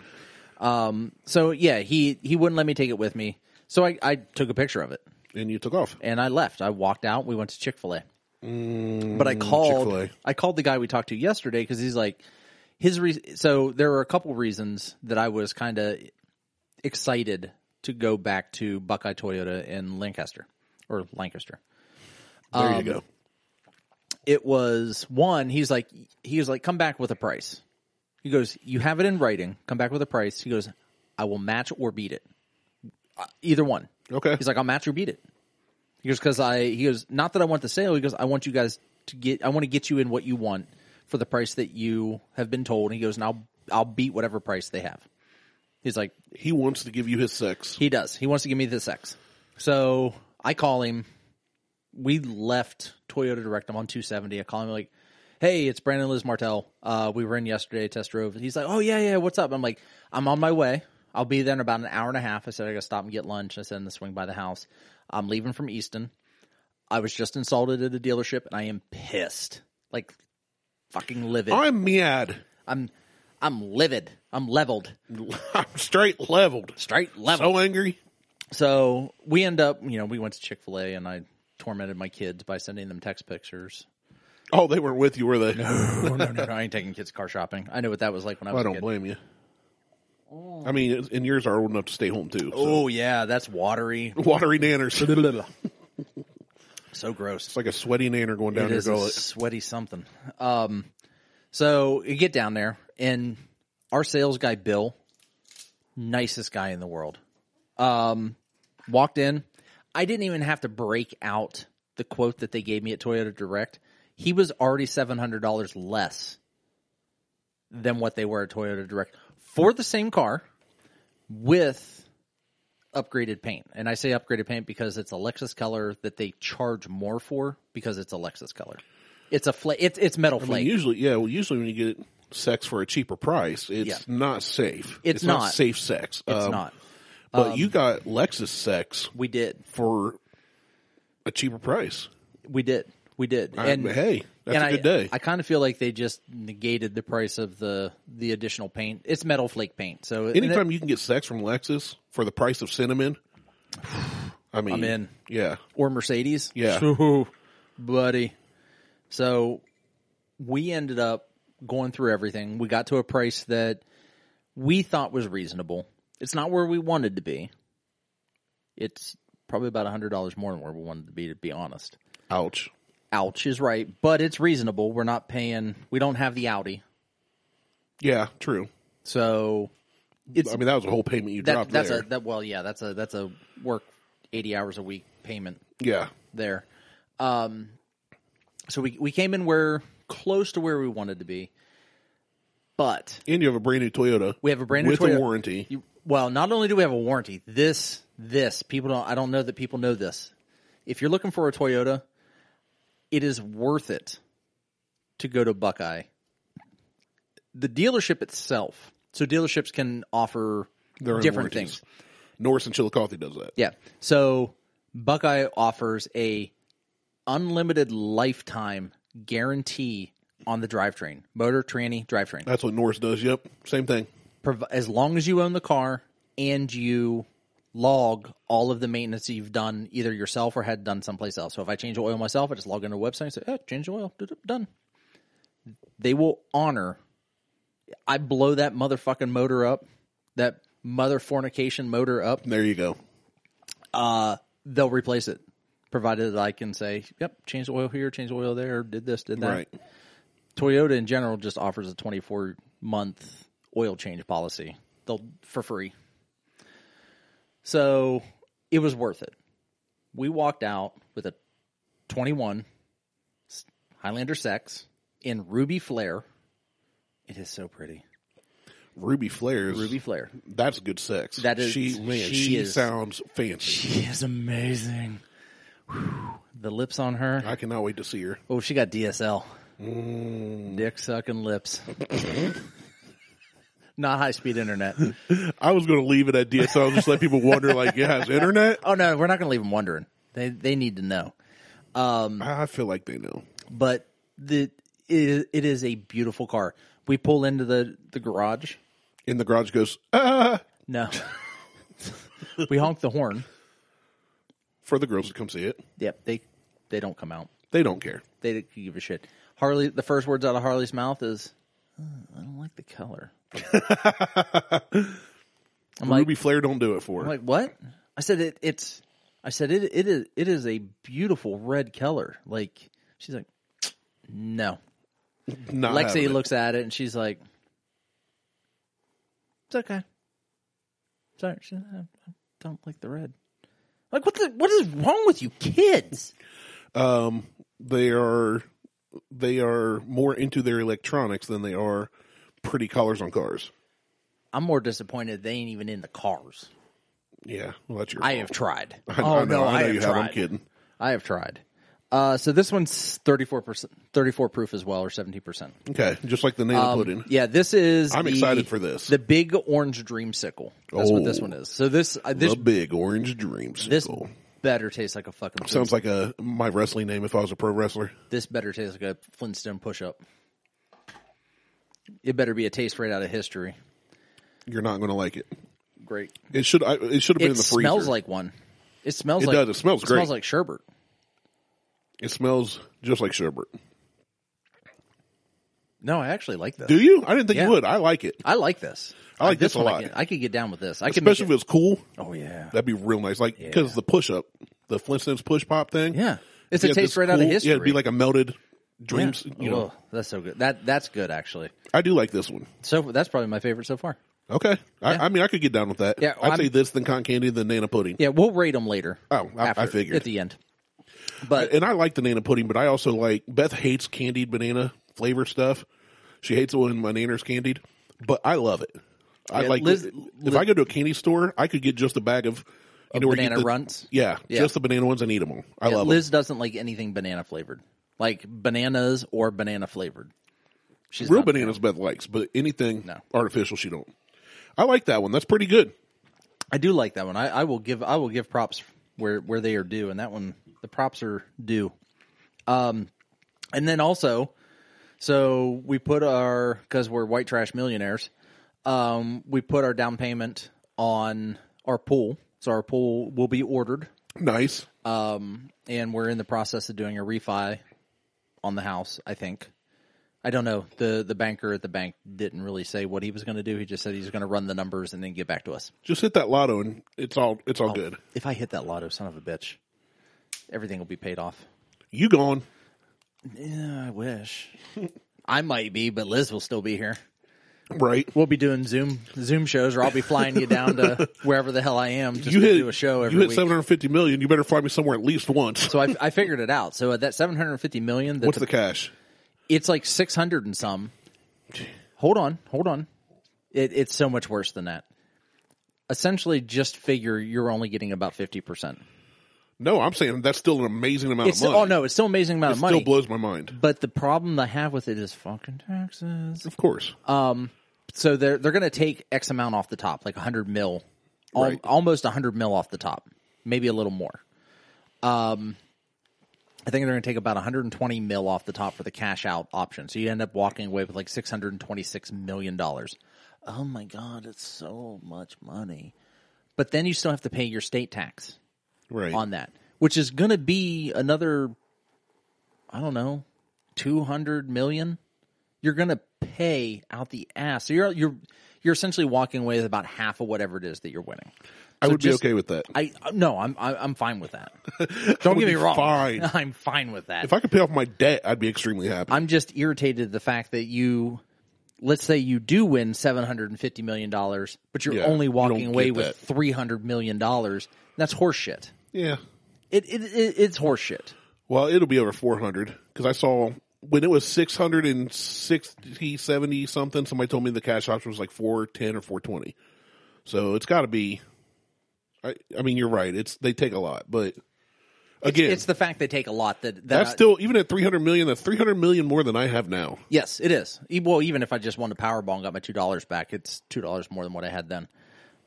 S2: Um, so yeah, he he wouldn't let me take it with me. So I, I took a picture of it
S1: And you took off.
S2: and I left. I walked out. We went to Chick Fil A, but I called
S1: Chick-fil-A.
S2: I called the guy we talked to yesterday because he's like his re- so there were a couple reasons that I was kind of excited to go back to Buckeye Toyota in Lancaster or Lancaster.
S1: There
S2: Um,
S1: you go.
S2: it was one he's like he was like come back with a price he goes you have it in writing come back with a price he goes i will match or beat it Uh, either one
S1: Okay.
S2: he's like i'll match or beat it he goes because i he goes not that i want the sale he goes i want you guys to get i want to get you in what you want for the price that you have been told and he goes and i'll i'll beat whatever price they have he's like
S1: he wants to give you his sex.
S2: he does. He wants to give me the sex. So I call him. We left Toyota Direct. I'm on 270. I call him like, "Hey, it's Brandon Liz Martell. Uh, we were in yesterday, test drove." He's like, "Oh yeah, yeah. What's up?" I'm like, "I'm on my way. I'll be there in about an hour and a half." I said, "I gotta stop and get lunch." I said, "I'm gonna swing by the house. I'm leaving from Easton. I was just insulted at a dealership, and I am pissed. Like, fucking livid.
S1: I'm mad.
S2: I'm, I'm livid. I'm leveled.
S1: I'm straight leveled.
S2: Straight leveled.
S1: So angry.
S2: So we end up, you know, we went to Chick fil A and I tormented my kids by sending them text pictures.
S1: Oh, they weren't with you, were they?
S2: Oh, no, no, no, I ain't taking kids car shopping. I know what that was like when I
S1: I
S2: was a
S1: don't
S2: kid.
S1: blame you. I mean, it's- and yours are old enough to stay home too. so.
S2: Oh, yeah, that's watery.
S1: Watery nanners. it's
S2: So gross.
S1: like a sweaty nanner going down
S2: It
S1: your
S2: is a
S1: gullet.
S2: sweaty something. Um, So you get down there, and our sales guy Bill, nicest guy in the world, um, walked in. I didn't even have to break out the quote that they gave me at Toyota Direct. He was already seven hundred dollars less than what they were at Toyota Direct for the same car with upgraded paint. And I say upgraded paint because it's a Lexus color that they charge more for because it's a Lexus color. It's a fla- it's it's metal
S1: I mean,
S2: flake.
S1: usually, yeah. Well, usually when you get sex for a cheaper price, it's
S2: Yeah.
S1: not safe.
S2: It's not.
S1: safe sex.
S2: it's
S1: Um,
S2: not. Um,
S1: But you got Lexus sex
S2: We did.
S1: for a cheaper price.
S2: We did. We did.
S1: I-
S2: And
S1: hey, that's
S2: and
S1: a
S2: I,
S1: good day.
S2: I kind of feel like they just negated the price of the the additional paint. It's metal flake paint. So and it-
S1: Anytime you can get sex from Lexus for the price of cinnamon, I mean,
S2: I'm in.
S1: yeah,
S2: or Mercedes.
S1: Yeah.
S2: Phew, buddy. So we ended up going through everything. We got to a price that we thought was reasonable. It's not where we wanted to be. It's probably about $100 more than where we wanted to be, to be honest.
S1: ouch.
S2: Ouch is right, but it's reasonable. We're not paying, we don't have the Audi.
S1: Yeah, true.
S2: So
S1: I mean, that was a whole payment you
S2: that,
S1: dropped
S2: that's
S1: there.
S2: a, that, well, yeah, that's a, that's a work 80 hours a week payment.
S1: yeah,
S2: there. Um, so we we came in where close to where we wanted to be, but
S1: and you have a brand new Toyota.
S2: we have a brand new
S1: with
S2: Toyota.
S1: a warranty.
S2: You- well, not only do we have a warranty, this this people don't. I don't know that people know this. If you're looking for a Toyota, it is worth it to go to Buckeye. The dealership itself. So dealerships can offer
S1: Their own
S2: different
S1: warranties.
S2: things.
S1: Norris and Chillicothe does that.
S2: Yeah. So Buckeye offers a unlimited lifetime guarantee on the drivetrain, motor, tranny, drivetrain.
S1: That's what Norris does. Yep, same thing.
S2: Prov- as long as you own the car and you log all of the maintenance that you've done either yourself or had done someplace else. So if I change the oil myself, I just log into a website and say, oh, change the oil, Doo-doo, done. They will honor. I blow that motherfucking motor up, that mother fornication motor up
S1: There you go.
S2: uh, they'll replace it, provided that I can say, "Yep, change the oil here, change the oil there, did this, did that."
S1: Right.
S2: Toyota in general just offers a 24 month oil change policy. They'll for free. So it was worth it. We walked out with a 21 s- Highlander Sex in ruby flare. It is so pretty,
S1: Ruby flares.
S2: ruby flare.
S1: That's good sex.
S2: That is-
S1: She man,
S2: she
S1: she,
S2: is-
S1: sounds fancy.
S2: She is amazing. Whew. The lips on her.
S1: I cannot wait to see her.
S2: Oh, she got DSL. Dick sucking lips. Not high speed internet.
S1: I was going to leave it at DSL. Just let people wonder, like, yeah, has internet?
S2: Oh no, we're not going to leave them wondering. They they need to know. Um,
S1: I feel like they know.
S2: But the it, it is a beautiful car. We pull into the the garage.
S1: In the garage goes ah
S2: No, we honk the horn.
S1: for the girls to come see it.
S2: Yep they they don't come out.
S1: They don't care.
S2: They don't give a shit. Harley. The first words out of Harley's mouth is, "Oh, "I don't like the color." I'm like,
S1: Ruby Flair don't do it for her.
S2: I'm like, what? I said it. It's. I said it. It is. It is a beautiful red color. Like she's like, no.
S1: Not having
S2: Lexi
S1: it.
S2: looks at it and she's like, it's okay. Sorry, she, I I don't like the red. Like what? The, what is wrong with you kids?
S1: um, they are they are more into their electronics than they are pretty colors on cars.
S2: I'm more disappointed they ain't even in the cars.
S1: Yeah, well, that's your.
S2: I
S1: fault.
S2: have tried.
S1: I,
S2: oh
S1: I know,
S2: no,
S1: I know
S2: have
S1: you
S2: tried.
S1: have. I'm kidding.
S2: I have tried. Uh, so this one's 34 percent, 34 proof as well, or 70 percent.
S1: Okay, just like the name I put in.
S2: Um, Yeah, this is.
S1: I'm
S2: the-
S1: excited for this.
S2: The big orange dreamsicle. That's what this
S1: Oh.
S2: one is. So this uh, this
S1: the big orange dreams.
S2: this better tastes like a fucking.
S1: sounds like a my wrestling name if I was a pro wrestler.
S2: this better tastes like a Flintstone push up. It better be a taste right out of history.
S1: You're not going to like it.
S2: Great.
S1: It should I, it should have been
S2: It
S1: in the freezer.
S2: smells like one. It smells.
S1: It
S2: like,
S1: does. It smells great.
S2: Smells like sherbet.
S1: it smells just like sherbet.
S2: No, I actually like this.
S1: Do you? I didn't think
S2: Yeah.
S1: you would. I like it,
S2: I like this.
S1: I like this a
S2: one I,
S1: lot.
S2: could- I could get down with this. I could make
S1: especially
S2: it,
S1: if it's cool.
S2: Oh yeah.
S1: That'd be real nice. Like because the push up, the Flintstones push pop thing.
S2: Yeah. It's
S1: You
S2: a
S1: had
S2: taste
S1: this
S2: right out of
S1: cool-
S2: history.
S1: Yeah, it'd be like a melted Dreams, you know,
S2: Ugh, that's so good. That that's good actually.
S1: I do like this one.
S2: So that's probably my favorite so far.
S1: Okay, I, I mean, I could get down with that.
S2: Yeah,
S1: I'd
S2: I'm-
S1: say this, then cotton candy, then nana pudding.
S2: Yeah, we'll rate them later.
S1: Oh, I- I figured.
S2: at the end. But
S1: And I like the nana pudding, but I also like Beth hates candied banana flavor stuff. She hates it when my nanner's candied, but I love it. I
S2: Yeah,
S1: like
S2: Liz-
S1: if
S2: Liz-
S1: I go to a candy store, I could get just a bag of you know, where you
S2: banana
S1: get the-
S2: runts.
S1: Yeah,
S2: Yeah.
S1: just the banana ones and eat them all. I
S2: Yeah,
S1: love
S2: Liz doesn't like anything banana flavored, like bananas or banana flavored. She's
S1: them. Real
S2: not a fan.
S1: bananas Beth likes, but anything
S2: No.
S1: artificial she don't. I like that one. That's pretty good.
S2: I do like that one. I, I will give I will give props where where they are due, and that one the props are due. Um, and then also, so we put our because we're white trash millionaires. Um, we put our down payment on our pool, so our pool will be ordered,
S1: Nice.
S2: um, and we're in the process of doing a refi on the house. I think. I don't know. the The banker at the bank didn't really say what he was going to do. He just said he was going to run the numbers and then get back to us.
S1: Just hit that lotto and it's all it's
S2: Oh.
S1: all good.
S2: If I hit that lotto, son of a bitch, everything will be paid off.
S1: You gone.
S2: Yeah, I wish. I might be, but Liz will still be here.
S1: Right.
S2: We'll be doing Zoom Zoom shows, or I'll be flying you down to wherever the hell I am just
S1: you
S2: to
S1: hit
S2: do a show every
S1: You hit
S2: week.
S1: seven hundred fifty million. You better fly me somewhere at least once.
S2: so I, I figured it out. So at that seven hundred fifty million, that's
S1: What's the cash?
S2: it's like six hundred and some. Hold on, hold on. It, it's so much worse than that. Essentially, just figure you're only getting about fifty percent.
S1: No, I'm saying that's still an amazing amount
S2: It's
S1: of money.
S2: oh no, it's still an amazing amount of money.
S1: Still blows my mind.
S2: But the problem I have with it is fucking taxes.
S1: Of course.
S2: Um, So they're they're going to take X amount off the top, like 100 mil, al-
S1: Right.
S2: almost 100 mil off the top, maybe a little more. Um, I think they're going to take about 120 mil off the top for the cash out option. So you end up walking away with like 626 million dollars. Oh my god, it's so much money. But then you still have to pay your state tax
S1: right.
S2: on that, which is going to be another, I don't know, two hundred million. You're going to pay out the ass. So you're you're you're essentially walking away with about half of whatever it is that you're winning.
S1: I would
S2: just-
S1: be okay with that.
S2: I no, I'm I- I'm fine with that. Don't get me
S1: be
S2: wrong.
S1: fine.
S2: I'm fine with that.
S1: if I could pay off my debt, I'd be extremely happy.
S2: I'm just irritated at the fact that you, let's say you do win seven hundred and fifty million dollars, but you're
S1: Yeah,
S2: only
S1: you don't
S2: walking away
S1: get
S2: with
S1: that.
S2: three hundred million dollars. That's horseshit.
S1: yeah.
S2: It, it, it it's horseshit.
S1: Well, it'll be over 400 because I saw when it was 660, 70 something, somebody told me the cash option was like 410 or 420. So it's got to be. I, I mean, you're right. It's They take a lot, but again,
S2: It's uh, the fact they take a lot that, that
S1: that's
S2: I-
S1: still, even at 300 million, that's 300 million more than I have now.
S2: yes, it is. E- Well, even if I just won the Powerball and got my two dollars back, it's two dollars more than what I had then.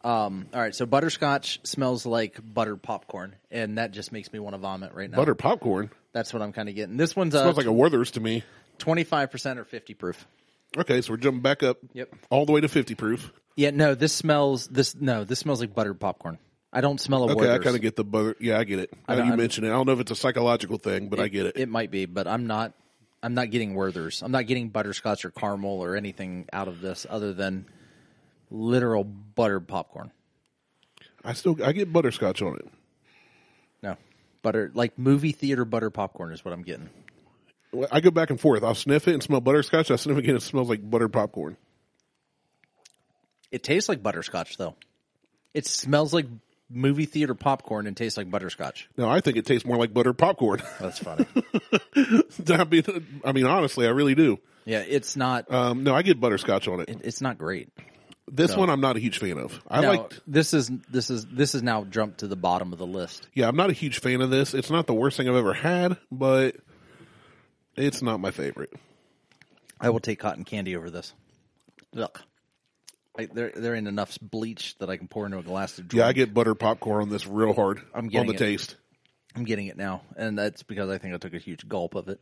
S2: Um, all right, so butterscotch smells like buttered popcorn, and that just makes me want to vomit right now.
S1: Butter popcorn
S2: That's what I'm kind of getting. This one's
S1: smells
S2: Oh. uh,
S1: like a Werther's to me.
S2: twenty five percent or fifty proof.
S1: Okay, so we're jumping back up
S2: Yep.
S1: all the way to 50 proof.
S2: Yeah, no, this smells this no, this smells like buttered popcorn. I don't smell a
S1: Okay, I
S2: Werther's.
S1: kind of get the butter. Yeah, I get it. Now
S2: don't-
S1: you
S2: I-
S1: mentioned it. I don't know if it's a psychological thing, but I get it.
S2: It might be, but I'm not. I'm not getting Werther's. I'm not getting butterscotch or caramel or anything out of this other than literal buttered popcorn.
S1: I still I get butterscotch on it.
S2: No. Butter like movie theater butter popcorn is what I'm getting.
S1: Well, I go back and forth. I'll sniff it and smell butterscotch. I sniff it again. It smells like buttered popcorn.
S2: It tastes like butterscotch though. It smells like movie theater popcorn and tastes like butterscotch.
S1: No, I think it tastes more like buttered popcorn.
S2: That's funny.
S1: I mean, I mean, honestly, I really do.
S2: yeah, it's not
S1: Um, no, I get butterscotch on it.
S2: it's not great.
S1: This one I'm not a huge fan of. I
S2: Now,
S1: like.
S2: this is this is this is now jumped to the bottom of the list.
S1: Yeah, I'm not a huge fan of this. It's not the worst thing I've ever had, but it's not my favorite.
S2: I will take cotton candy over this. Look. I, there there ain't enough bleach that I can pour into a glass to drink.
S1: Yeah, I get buttered popcorn on this real hard.
S2: I'm
S1: on
S2: getting
S1: the
S2: it.
S1: taste.
S2: I'm getting it now, and that's because I think I took a huge gulp of it.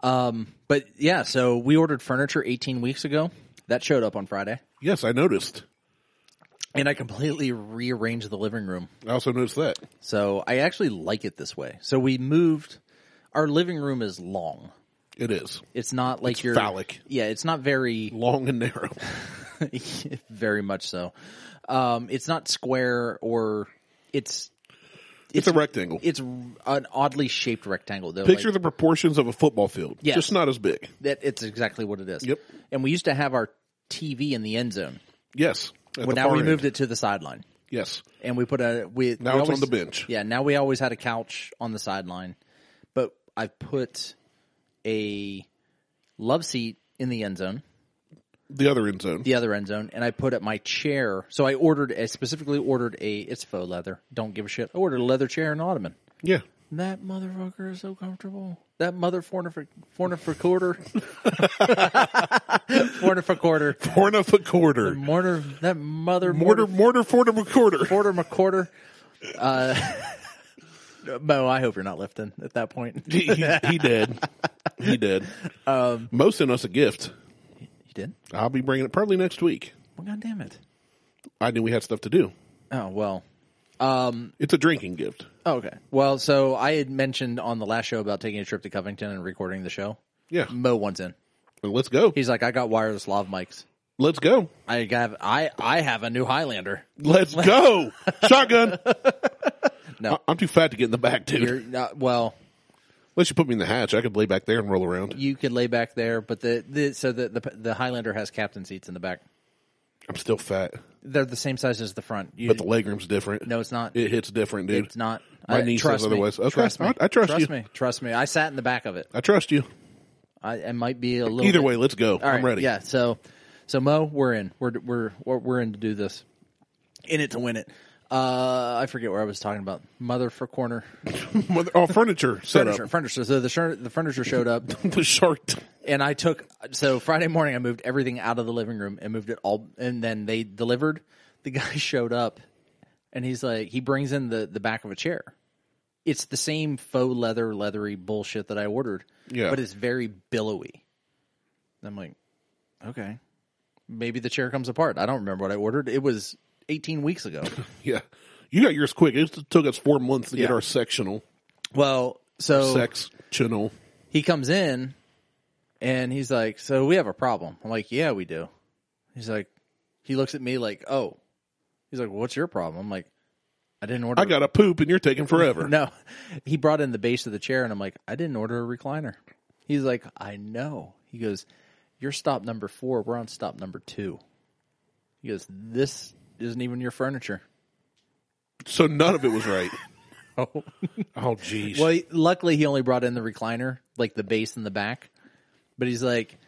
S2: Um, but yeah, so we ordered furniture 18 weeks ago. That showed up on Friday,
S1: Yes, I noticed.
S2: and I completely rearranged the living room.
S1: I also noticed that.
S2: So I actually like it this way. So we moved. Our living room is long.
S1: It is
S2: It's not like your
S1: phallic.
S2: Yeah, it's not very
S1: long and narrow.
S2: very much so. Um, it's not square or it's
S1: It's, a rectangle.
S2: It's an oddly shaped rectangle, though.
S1: Picture
S2: like,
S1: the proportions of a football field,
S2: Yes.
S1: just not as big.
S2: that it's exactly what it is.
S1: Yep.
S2: And we used to have our TV in the end zone.
S1: Yes. At
S2: Well,
S1: the
S2: now
S1: far
S2: we
S1: end.
S2: moved it to the sideline,
S1: Yes.
S2: and we put a
S1: Now
S2: we. we
S1: it's on
S2: always-
S1: the bench.
S2: Yeah. Now we always had a couch on the sideline, but I put a love seat in the end zone,
S1: The other end zone.
S2: the other end zone, and I put up my chair. So I ordered, I specifically ordered a. It's faux leather. Don't give a shit. I ordered a leather chair and ottoman.
S1: Yeah.
S2: That motherfucker is so comfortable. That mother foreigner for foreigner for quarter, foreigner for quarter,
S1: Horn of a quarter.
S2: mortar. That mother
S1: Mortar, mortar, quarter, quarter.
S2: quarter my quarter. Uh, Mo, I hope you're not lifting at that point. You
S1: he, he, he did. He did. Um, Mo sent us a gift.
S2: did?
S1: I'll be bringing it probably next week.
S2: Well, God damn it.
S1: I knew we had stuff to do.
S2: Oh well.
S1: It's a drinking gift.
S2: Oh, okay. Well, so I had mentioned on the last show about taking a trip to Covington and recording the show.
S1: Yeah.
S2: Mo wants in.
S1: Well, let's go.
S2: He's like, I got wireless lav mics.
S1: Let's go.
S2: I have I I have a new Highlander.
S1: Let's go. Shotgun.
S2: No.
S1: I- I'm too fat to get in the back, dude.
S2: You're not, well.
S1: Unless you put me in the hatch, I could lay back there and roll around.
S2: You can lay back there, but the, the so the, the the Highlander has captain seats in the back.
S1: I'm still fat,
S2: They're the same size as the front. You,
S1: but the legroom's different.
S2: no, it's not.
S1: it hits different, dude.
S2: It's not.
S1: My
S2: I-
S1: niece
S2: trust
S1: says
S2: me.
S1: otherwise. Okay,
S2: Trust me.
S1: I- I trust you.
S2: me. Trust me. I sat in the back of it.
S1: I trust you.
S2: I it might be a little
S1: Either
S2: bit-
S1: way, let's go.
S2: All right,
S1: I'm ready.
S2: Yeah. So, so Mo, we're in. We're we're we're, we're in to do this. In it to win it. Uh, I forget where I was talking about. Mother for corner
S1: Mother- oh, furniture set
S2: furniture. Furniture. So the shir- the furniture showed up,
S1: up. the shark. t-
S2: and I took. So Friday morning, I moved everything out of the living room and moved it all. And then they delivered. The guy showed up, and he's like, he brings in the the back of a chair. It's the same faux leather, leathery bullshit that I ordered.
S1: Yeah.
S2: but it's very billowy. And I'm like, okay, maybe the chair comes apart. I don't remember what I ordered. It was 18 weeks ago.
S1: Yeah. You got yours quick. It took us four months to get
S2: Yeah. Oh.
S1: our sectional.
S2: well, so
S1: Sectional.
S2: he comes in and he's like, So we have a problem. I'm like, Yeah, we do. He's like, He looks at me like, Oh, he's like, What's your problem? I'm like, I didn't order.
S1: I got a poop and you're taking forever.
S2: no. He brought in the base of the chair and I'm like, I didn't order a recliner. He's like, I know. He goes, You're stop number four. We're on stop number two. He goes, This isn't even your furniture.
S1: So none of it was right. oh, jeez.
S2: Well, he- luckily he only brought in the recliner, like the base in the back. But he's like,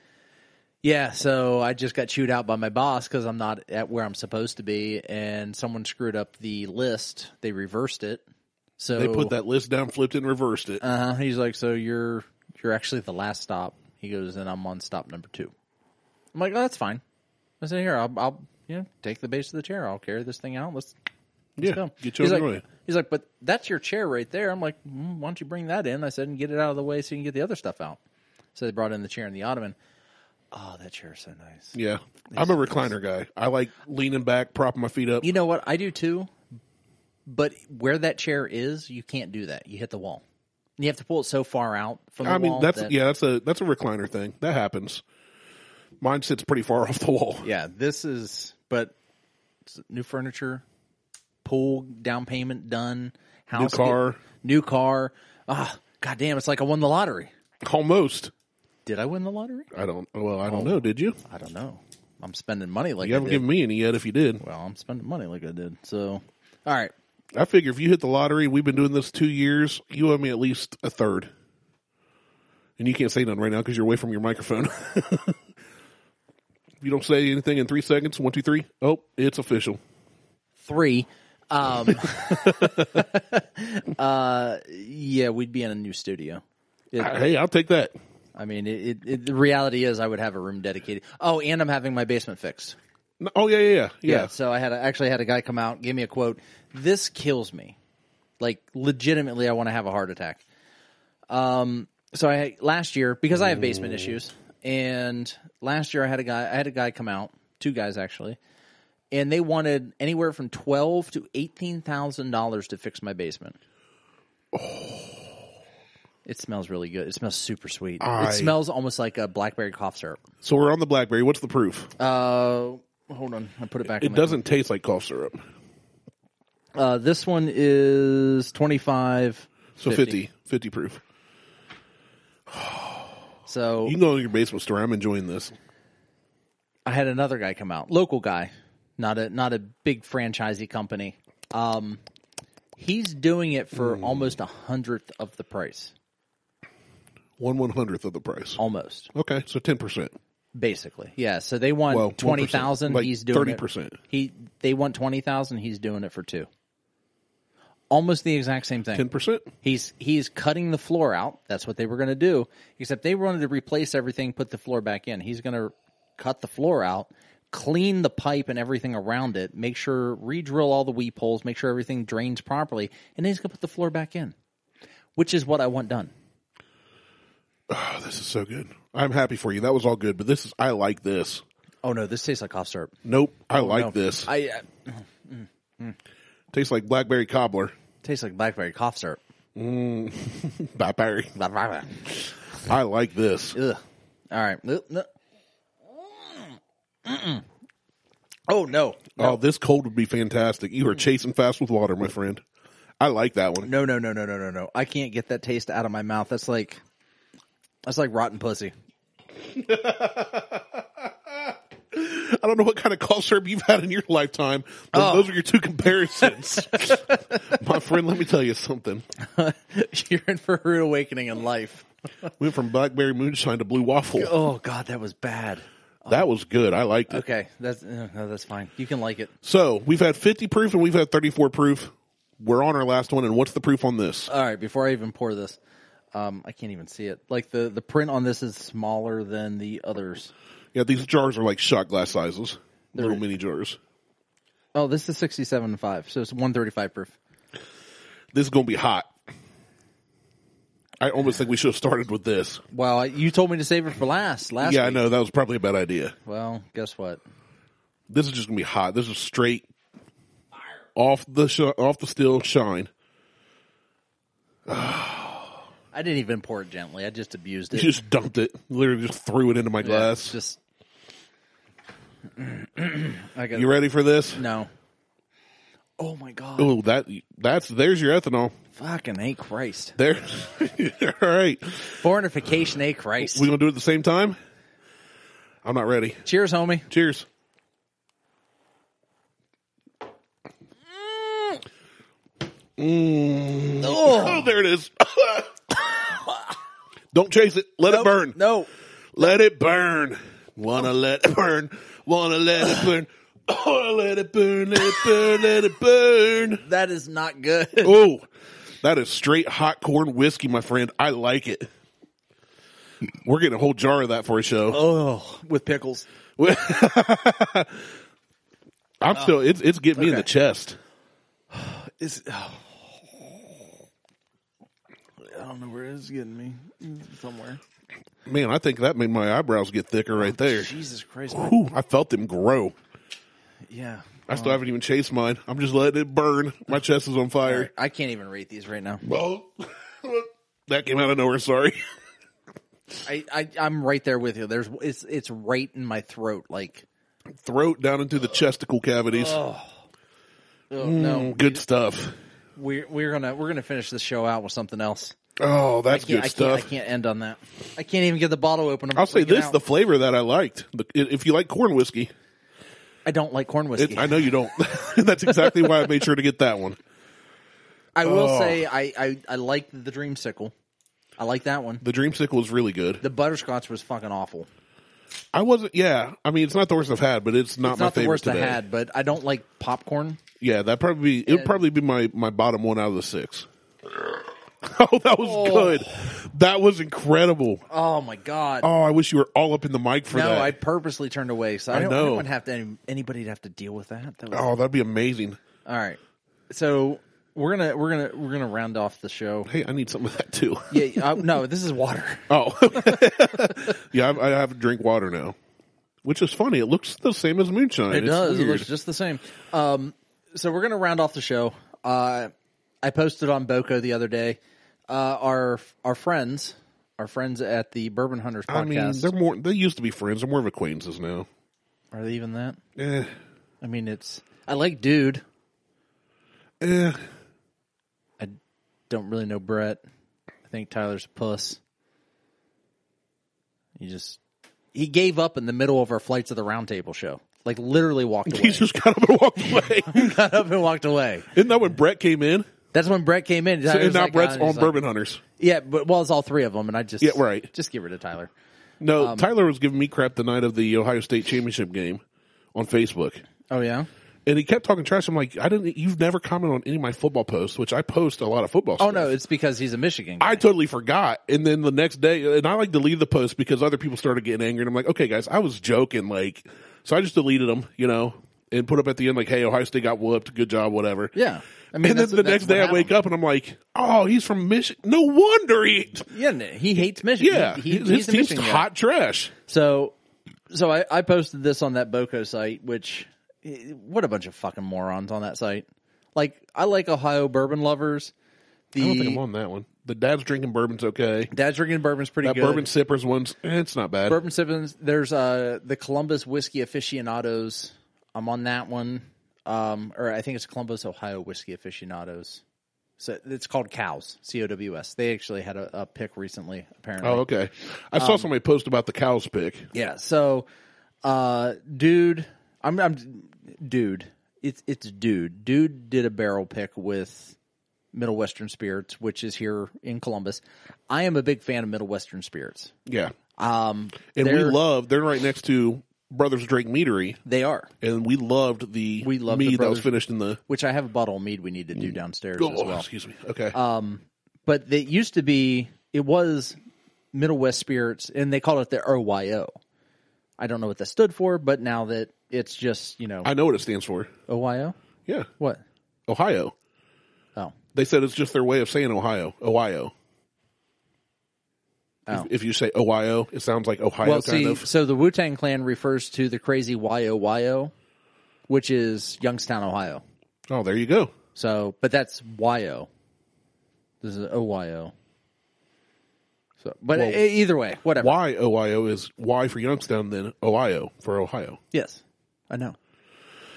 S2: yeah, so I just got chewed out by my boss because I'm not at where I'm supposed to be, and someone screwed up the list. They reversed it. So
S1: they put that list down, flipped and reversed it.
S2: Uh, he's like, so you're you're actually the last stop. He goes, and I'm on stop number two. I'm like, oh, that's fine. I said, here, I'll, I'll you know take the base of the chair. I'll carry this thing out. Let's
S1: yeah.
S2: go.
S1: Get
S2: he's
S1: your own way.
S2: like, he's like, but that's your chair right there. I'm like, mm, why don't you bring that in? I said, and get it out of the way so you can get the other stuff out. So they brought in the chair and the ottoman. Oh, that chair is so nice.
S1: Yeah. I'm a recliner guy. I like leaning back, propping my feet up.
S2: You know what? I do too. But where that chair is, you can't do that. You hit the wall. And you have to pull it so far out from the
S1: I mean,
S2: wall
S1: that's
S2: that-
S1: yeah, that's a that's a recliner thing. That happens. Mine sits pretty far off the wall.
S2: yeah, this is but it's new furniture, pool down payment done, house
S1: car.
S2: new car. Ah, goddamn! It's like I won the lottery.
S1: Almost.
S2: Did I win the lottery?
S1: I don't. Well, I don't
S2: Oh.
S1: know. Did you?
S2: I don't know. I'm spending money like
S1: You
S2: I
S1: haven't
S2: did.
S1: given me any yet. If you did,
S2: well, I'm spending money like I did. So, all right.
S1: I figure if you hit the lottery, we've been doing this two years. You owe me at least a third. And you can't say nothing right now because you're away from your microphone. if you don't say anything in three seconds, one, two, three. Oh, it's official.
S2: three. Um, uh, yeah, we'd be in a new studio.
S1: I- hey, I'll take that.
S2: I mean, it, it, it, the reality is, I would have a room dedicated. Oh, and I'm having my basement fixed.
S1: No- oh yeah, yeah, yeah, yeah.
S2: So I had a, actually had a guy come out, give me a quote. This kills me. Like legitimately, I want to have a heart attack. Um. So I last year because I have basement issues, and last year I had a guy. I had a guy come out, two guys actually, and they wanted anywhere from twelve to eighteen thousand dollars to fix my basement. Oh. It smells really good. It smells super sweet.
S1: I-
S2: It smells almost like a blackberry cough syrup.
S1: So we're on the BlackBerry. What's the
S2: Oh,
S1: proof?
S2: Uh, hold on, I put it back. in
S1: it
S2: my-
S1: doesn't taste like cough syrup.
S2: Uh, this one is 25.
S1: So 50, 50, proof.
S2: So
S1: You can go in your basement store. I'm enjoying this.
S2: I had another guy come out, local guy, not a not a big franchisee company. Um, he's doing it
S1: Hmm.
S2: for almost a hundredth of the price,
S1: One one hundredth of the price.
S2: almost
S1: Okay, so ten percent.
S2: basically. Yeah. So they want
S1: Well, 1%,
S2: twenty thousand.
S1: like
S2: he's doing it-
S1: 30%.
S2: He they want twenty thousand. He's doing it for two. Almost the exact same thing.
S1: Ten percent.
S2: He's he's cutting the floor out. That's what they were going to do. Except they wanted to replace everything, put the floor back in. He's going to cut the floor out, clean the pipe and everything around it, make sure re-drill all the weep holes, make sure everything drains properly, and then he's going to put the floor back in, which is what I want done.
S1: Oh, this is so good. I'm happy for you. That was all good, but this is. I like this.
S2: Oh no, this tastes like cough syrup.
S1: Nope. I like
S2: Oh, No.
S1: this.
S2: I uh,
S1: Tastes like blackberry cobbler.
S2: tastes like blackberry cough syrup.
S1: Blackberry.
S2: Blah, blah, blah.
S1: I like this.
S2: Ugh. All right. Ugh, no. Mm-mm. Oh no.
S1: Oh, this cold would be fantastic. You are chasing fast with water, my friend. I like that one.
S2: No, no, no, no, no, no, no. I can't get that taste out of my mouth. That's like that's like rotten pussy.
S1: I don't know what kind of cough syrup you've had in your lifetime. but
S2: Oh.
S1: Those are your two comparisons. my friend, let me tell you something.
S2: You're in for a rude awakening in life.
S1: Went from blackberry moonshine to blue waffle.
S2: Oh god, that was bad.
S1: That was good. I liked it.
S2: Okay, that's uh, no, that's fine. You can like it.
S1: So we've had 50 proof and we've had 34 proof. We're on our last one. And what's the proof on this?
S2: All right, before I even pour this, um, I can't even see it. Like the the print on this is smaller than the others.
S1: Yeah, these jars are like shot glass sizes, little mini jars.
S2: Oh, this is sixty-seven and five, so it's one thirty-five proof.
S1: This is going to be hot. I almost think we should have started with this.
S2: Well, you told me to save it for last. Last,
S1: yeah, I
S2: week.
S1: know. That was probably a bad idea.
S2: Well, guess what?
S1: This is just going to be hot. This is straight off the sh- off the still shine.
S2: I didn't even pour it gently. I just abused
S1: You
S2: it.
S1: just dumped it. Literally just threw it into my
S2: Yeah,
S1: glass.
S2: Just. I got
S1: you ready for this?
S2: no. Oh my god!
S1: Oh, that that's there's your ethanol.
S2: Fucking a Christ!
S1: There. All right.
S2: Fornification a Christ!
S1: We going to do it at the same time? I'm not ready.
S2: Cheers, homie.
S1: Cheers.
S2: Oh Mm.
S1: Oh, there it is. Don't chase it. Let it burn.
S2: no!
S1: Let it burn. Wanna let it burn. Wanna let it burn. Oh, let it burn. Let it burn. Let it burn.
S2: That is not good.
S1: Oh, that is straight hot corn whiskey, my friend. I like it. We're getting a whole jar of that for a show.
S2: Oh, with pickles.
S1: I'm still. It's it's getting me in the
S2: Okay.
S1: chest.
S2: Is oh. I don't know where it's getting me. Somewhere.
S1: Man, I think that made my eyebrows get thicker
S2: Oh,
S1: right there.
S2: Jesus Christ!
S1: Whew, I felt them grow.
S2: Yeah.
S1: I still haven't even chased mine. I'm just letting it burn. My chest is on fire.
S2: I can't even rate these right now.
S1: Well, that came out of nowhere. Sorry.
S2: I, I I'm right there with you. There's it's it's right in my throat. Like
S1: Throat down into the chesticle cavities.
S2: oh,
S1: Mm.
S2: no,
S1: Good stuff.
S2: we're we're gonna we're gonna finish the show out with something else.
S1: Oh, that's
S2: Yeah,
S1: good
S2: I
S1: stuff.
S2: can't. I can't end on that. I can't even get the bottle open. I'm
S1: I'll say
S2: freaking
S1: this:
S2: out.
S1: the flavor that I liked. The, if you like corn whiskey,
S2: I don't like corn whiskey.
S1: it, I know you don't. that's exactly why I made sure to get that one.
S2: I will
S1: Oh.
S2: say I, I I like the dreamsicle. I like that one.
S1: The dreamsicle was really good.
S2: The butterscotch was fucking awful.
S1: I wasn't. Yeah, I mean, it's not the worst I've had, but it's not
S2: It's
S1: my
S2: not the
S1: favorite
S2: worst
S1: today.
S2: I had, but I don't like popcorn.
S1: Yeah, that probably it would probably be my my bottom one out of the six. Oh, that was good. That was incredible.
S2: Oh my god.
S1: Oh, I wish you were all up in the mic for
S2: no,
S1: that.
S2: I purposely turned away, so I, don't, I
S1: know.
S2: don't want to have to any, anybody to have to deal with that. that was,
S1: oh, that'd be amazing.
S2: All right, so we're gonna we're gonna we're gonna round off the show.
S1: Hey, I need some of that too.
S2: Yeah, uh, no, this is water.
S1: Oh, yeah, I, I have to drink water now, which is funny. It looks the same as moonshine.
S2: It
S1: It's
S2: does. It
S1: weird.
S2: looks just the same. Um, so we're gonna round off the show. Uh, I posted on Boko the other day. Uh, our our friends, our friends at the Bourbon Hunters
S1: I mean,
S2: podcast.
S1: they're more. They used to be friends. They're more of acquaintances now.
S2: are they even that?
S1: Eh,
S2: I mean, it's I like dude.
S1: Eh,
S2: I don't really know Brett. I think Tyler's a puss. He just he gave up in the middle of our flights of the roundtable show. Like literally walked
S1: he
S2: away.
S1: just got up and walked away.
S2: got up and walked away.
S1: Isn't that when Brett came in?
S2: That's when Brett came in. Tyler
S1: and
S2: was
S1: now
S2: like,
S1: Brett's
S2: uh, he's
S1: on
S2: like-
S1: Bourbon Hunters.
S2: Yeah, but well, it's all three of them, and I just
S1: Yeah, right.
S2: Just give her to Tyler.
S1: No,
S2: Um,
S1: Tyler was giving me crap the night of the Ohio State championship game on Facebook.
S2: Oh yeah.
S1: And he kept talking trash. I'm like, I didn't. You've never commented on any of my football posts, which I post a lot of football.
S2: Oh
S1: stuff.
S2: no, it's because he's a Michigan. guy.
S1: I totally forgot. And then the next day, and I like deleted the post because other people started getting angry. And I'm like, okay, guys, I was joking. Like, so I just deleted them, you know, and put up at the end like, hey, Ohio State got whooped. Good job, whatever.
S2: yeah. I mean,
S1: and then
S2: that's-
S1: the
S2: that's
S1: next
S2: what
S1: day, I wake
S2: happened.
S1: up and I'm like, oh, he's from Michigan. No wonder he.
S2: Yeah, no, he hates Michigan.
S1: Yeah,
S2: he, he-
S1: his,
S2: he's a
S1: team's
S2: Michigan guy.
S1: hot trash.
S2: So, so I, I posted this on that Boco site, which eh, what a bunch of fucking morons on that site. Like I like Ohio bourbon lovers. The
S1: I don't think I'm on that one. The dad's drinking bourbon's okay.
S2: dad's drinking bourbon's pretty
S1: That
S2: good.
S1: bourbon sippers one's eh, it's not bad.
S2: bourbon sippings. There's uh the Columbus whiskey aficionados. I'm on that one. Um, or I think it's Columbus, Ohio whiskey aficionados. So it's called cows. C O W S. They actually had a, a pick recently. Apparently,
S1: Oh, okay. I
S2: Um,
S1: saw somebody post about the cows pick.
S2: Yeah. So, uh, dude, I'm, I'm, dude, it's, it's dude. Dude did a barrel pick with Middle Western Spirits, which is here in Columbus. I am a big fan of Middle Western Spirits.
S1: Yeah,
S2: Um,
S1: and we
S2: they're-
S1: love. They're right next to Brothers Drake Meadery,
S2: they are,
S1: and we loved the
S2: We loved the
S1: mead that was
S2: Brothers-
S1: finished in the.
S2: which I have a bottle of mead we need to do downstairs
S1: Oh,
S2: as well.
S1: excuse me. Okay,
S2: Um, but it used to be, it was Middle West Spirits, and they called it the OYO. I don't know what that stood for, but now that it's just, you know,
S1: I know what it stands for.
S2: OYO?
S1: Yeah,
S2: What?
S1: Ohio.
S2: Oh.
S1: They said it's just their way of saying Ohio. Ohio.
S2: Oh.
S1: If, if you say Ohio, it sounds like Ohio
S2: Well,
S1: kind
S2: see,
S1: of.
S2: so the Wu Tang Clan refers to the crazy YOYO, which is Youngstown, Ohio.
S1: Oh, there you go.
S2: So, but that's YO. This is OYO. So, but
S1: Well,
S2: e- either way, whatever.
S1: Why Ohio is Y for Youngstown, then Ohio for Ohio.
S2: yes, I know.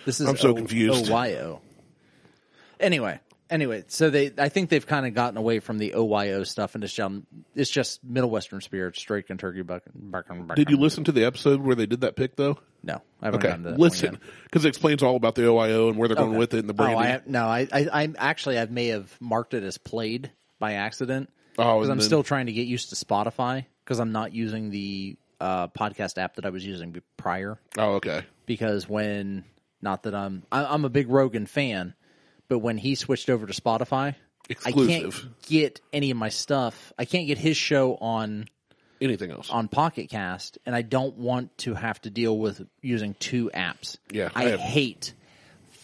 S2: This is
S1: I'm so confused.
S2: OYO. Anyway, anyway, so they, I think they've kind of gotten away from the OYO stuff, and it's just it's just Middle Western spirits, straight Kentucky buck.
S1: Did you listen to the episode where they did that pick though?
S2: No, I haven't
S1: Okay,
S2: gotten to that one yet.
S1: listen, because it explains all about the OIO and where they're going with it and the
S2: Oh,
S1: branding.
S2: I have, no, I, I, I'm actually I may have marked it as played by accident
S1: Oh,
S2: because
S1: and
S2: I'm
S1: then-
S2: still trying to get used to Spotify because I'm not using the uh, podcast app that I was using be- prior.
S1: oh, okay.
S2: Because when not that I'm I, I'm a big Rogan fan, but when he switched over to Spotify, I
S1: Exclusive.
S2: can't get any of my stuff. I can't get his show on
S1: Anything else?
S2: on Pocket Cast, and I don't want to have to deal with using two apps.
S1: Yeah,
S2: I,
S1: I have-
S2: hate,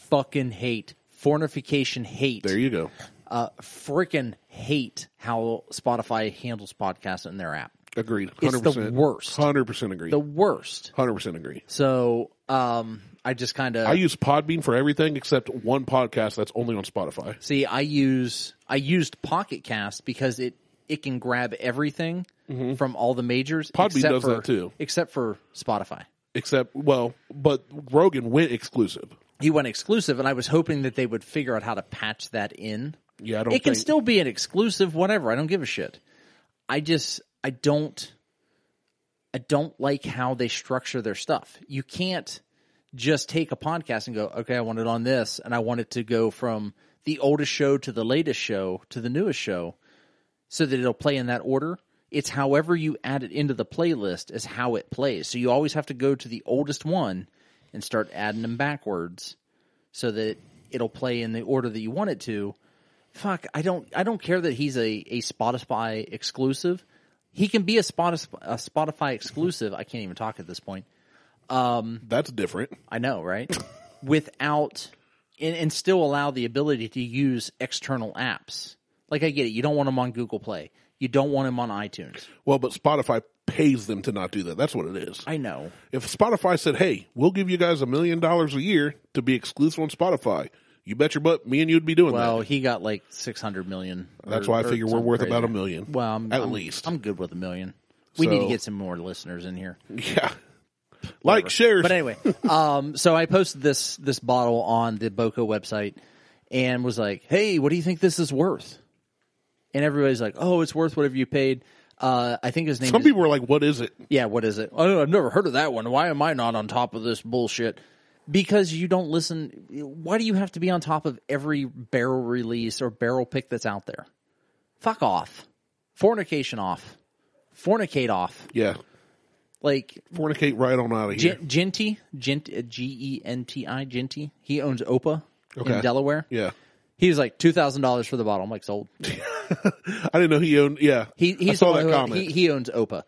S2: fucking hate, fornification hate,
S1: there you go.
S2: uh, freaking hate how Spotify handles podcasts in their app.
S1: Agreed. 100%.
S2: It's the worst.
S1: Hundred percent agree.
S2: The worst.
S1: Hundred percent agree.
S2: So um, I just kind of
S1: I use Podbean for everything except one podcast that's only on Spotify.
S2: See, I use I used Pocket Cast because it it can grab everything from all the majors.
S1: Mm-hmm. Podbean
S2: except
S1: does
S2: for,
S1: that too.
S2: except for Spotify.
S1: Except, well, but Rogan went exclusive.
S2: He went exclusive, and I was hoping that they would figure out how to patch that in.
S1: Yeah, I don't.
S2: It can
S1: think-
S2: still be an exclusive, whatever. I don't give a shit. I just I don't I don't like how they structure their stuff. You can't just take a podcast and go, okay, I want it on this, and I want it to go from the oldest show to the latest show to the newest show, so that it'll play in that order. It's however you add it into the playlist is how it plays. So you always have to go to the oldest one and start adding them backwards, so that it'll play in the order that you want it to. Fuck, I don't, I don't care that he's a a Spotify exclusive. He can be a Spotify, a Spotify exclusive. I can't even talk at this point.
S1: That's different.
S2: I know, right? Without and, and still allow the ability to use external apps. Like I get it, you don't want them on Google Play. You don't want them on iTunes.
S1: Well, but Spotify pays them to not do that. That's what it is.
S2: I know.
S1: If Spotify said, "Hey, we'll give you guys a million dollars a year to be exclusive on Spotify," you bet your butt, me and you'd be doing
S2: Well,
S1: that.
S2: Oh, he got like six hundred million. or-
S1: That's why I
S2: or
S1: figure we're
S2: something
S1: worth
S2: crazy.
S1: about a million.
S2: Well, I'm,
S1: at
S2: I'm-
S1: least.
S2: I'm good with a million. We need to
S1: So-
S2: get some more listeners in here.
S1: yeah. Like shares.
S2: But anyway, um, so I posted this this bottle on the Boco website, and was like, "Hey, what do you think this is worth?" And everybody's like, "Oh, it's worth whatever you paid." Uh, I think his name.
S1: Some
S2: is-
S1: people were like, "What is it?"
S2: yeah, what is it? Oh, I've never heard of that one. Why am I not on top of this bullshit? Because you don't listen. Why do you have to be on top of every barrel release or barrel pick that's out there? Fuck off. Fornication off. Fornicate off.
S1: Yeah,
S2: Like
S1: fornicate right on out of here.
S2: Gen- Genty, Gent, G E N T I, Genty. He owns Opa
S1: Okay.
S2: in Delaware.
S1: yeah,
S2: He was like two thousand dollars for the bottle. I'm like sold.
S1: I didn't know he owned. Yeah,
S2: He
S1: I
S2: he's
S1: saw
S2: the one
S1: that
S2: who-
S1: comment.
S2: He, he owns Opa.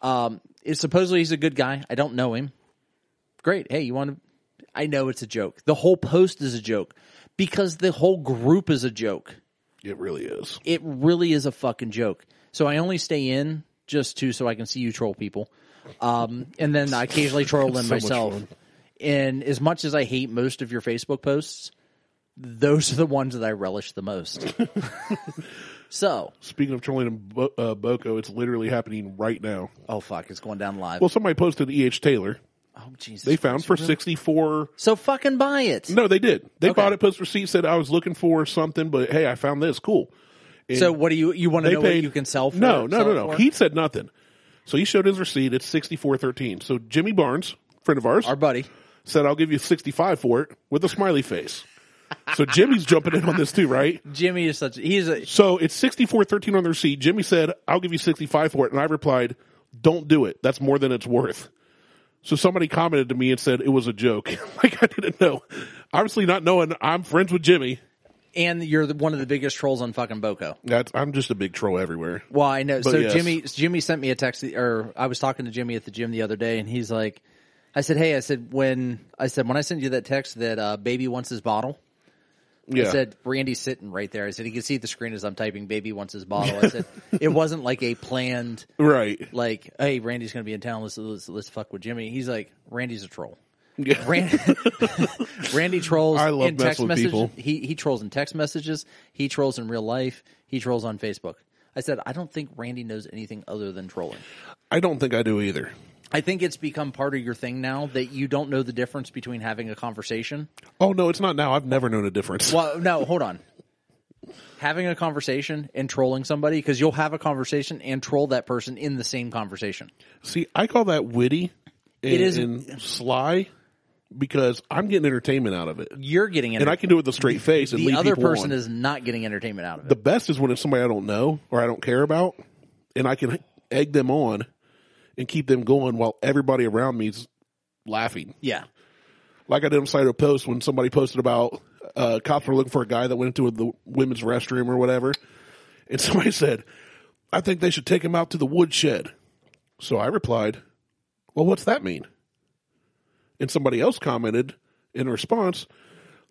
S2: Um, it's supposedly he's a good guy. I don't know him. Great. Hey, you want to? I know it's a joke. The whole post is a joke because the whole group is a joke.
S1: it really is.
S2: It really is a fucking joke. So I only stay in just to so I can see you troll people, um, and then I occasionally troll them
S1: So much
S2: myself.
S1: fun.
S2: And as much as I hate most of your Facebook posts, those are the ones that I relish the most. so,
S1: Speaking of trolling in Bo- uh, Boco, it's literally happening right now.
S2: oh fuck, it's going down live.
S1: Well, somebody posted E. H. Taylor.
S2: Oh Jesus!
S1: They found for sixty four.
S2: So fucking buy it.
S1: No, they did. They
S2: Okay.
S1: bought it. Post receipt said I was looking for something, but hey, I found this. Cool.
S2: so what do you you want to
S1: They
S2: know
S1: paid.
S2: what you can sell for?
S1: No, no,
S2: sell
S1: no,
S2: it
S1: no.
S2: for?
S1: He said nothing. So he showed his receipt. It's sixty four thirteen. So Jimmy Barnes, friend of ours,
S2: Our buddy.
S1: said I'll give you sixty five for it with a smiley face. so Jimmy's jumping in on this too, right?
S2: Jimmy is such. He's a.
S1: So it's sixty four thirteen on the receipt. Jimmy said, I'll give you 65 for it. And I replied, don't do it. That's more than it's worth. So somebody commented to me and said it was a joke. like I didn't know. Obviously not knowing I'm friends with Jimmy.
S2: And you're the, one of the biggest trolls on fucking Boco.
S1: That's, I'm just a big troll everywhere.
S2: Well, I know. so
S1: yes.
S2: Jimmy Jimmy sent me a text, the- or I was talking to Jimmy at the gym the other day, and he's like, "I said, hey, I said when I said when I sent you that text that uh, baby wants his bottle."
S1: Yeah.
S2: I said, Randy's sitting right there. I said, he can see the screen as I'm typing, baby wants his bottle. I said, it wasn't like a planned,
S1: right.
S2: like, hey, Randy's going to be in town. Let's, let's, let's fuck with Jimmy. He's like, Randy's a troll.
S1: Yeah.
S2: Randy, Randy trolls
S1: I love
S2: in
S1: messing
S2: text
S1: with
S2: messages.
S1: people.
S2: He he trolls in text messages. He trolls in real life. He trolls on Facebook. I said I don't think Randy knows anything other than trolling.
S1: I don't think I do either.
S2: I think it's become part of your thing now that you don't know the difference between having a conversation.
S1: Oh no, it's not now. I've never known a difference.
S2: Well, no, hold on. Having a conversation and trolling somebody because you'll have a conversation and troll that person in the same conversation.
S1: See, I call that witty and,
S2: It is-
S1: and sly because I'm getting entertainment out of it.
S2: You're getting
S1: And I
S2: entertained.
S1: can do it with a straight face and
S2: The
S1: lead
S2: other
S1: people
S2: person
S1: on.
S2: is not getting entertainment out of it.
S1: the best is when it's somebody I don't know or I don't care about, and I can egg them on and keep them going while everybody around me's laughing.
S2: yeah,
S1: Like I did on side of a post when somebody posted about uh, cops were looking for a guy that went into the women's restroom or whatever, and somebody said, "I think they should take him out to the woodshed." So I replied, "Well, what's that mean?" And somebody else commented in response,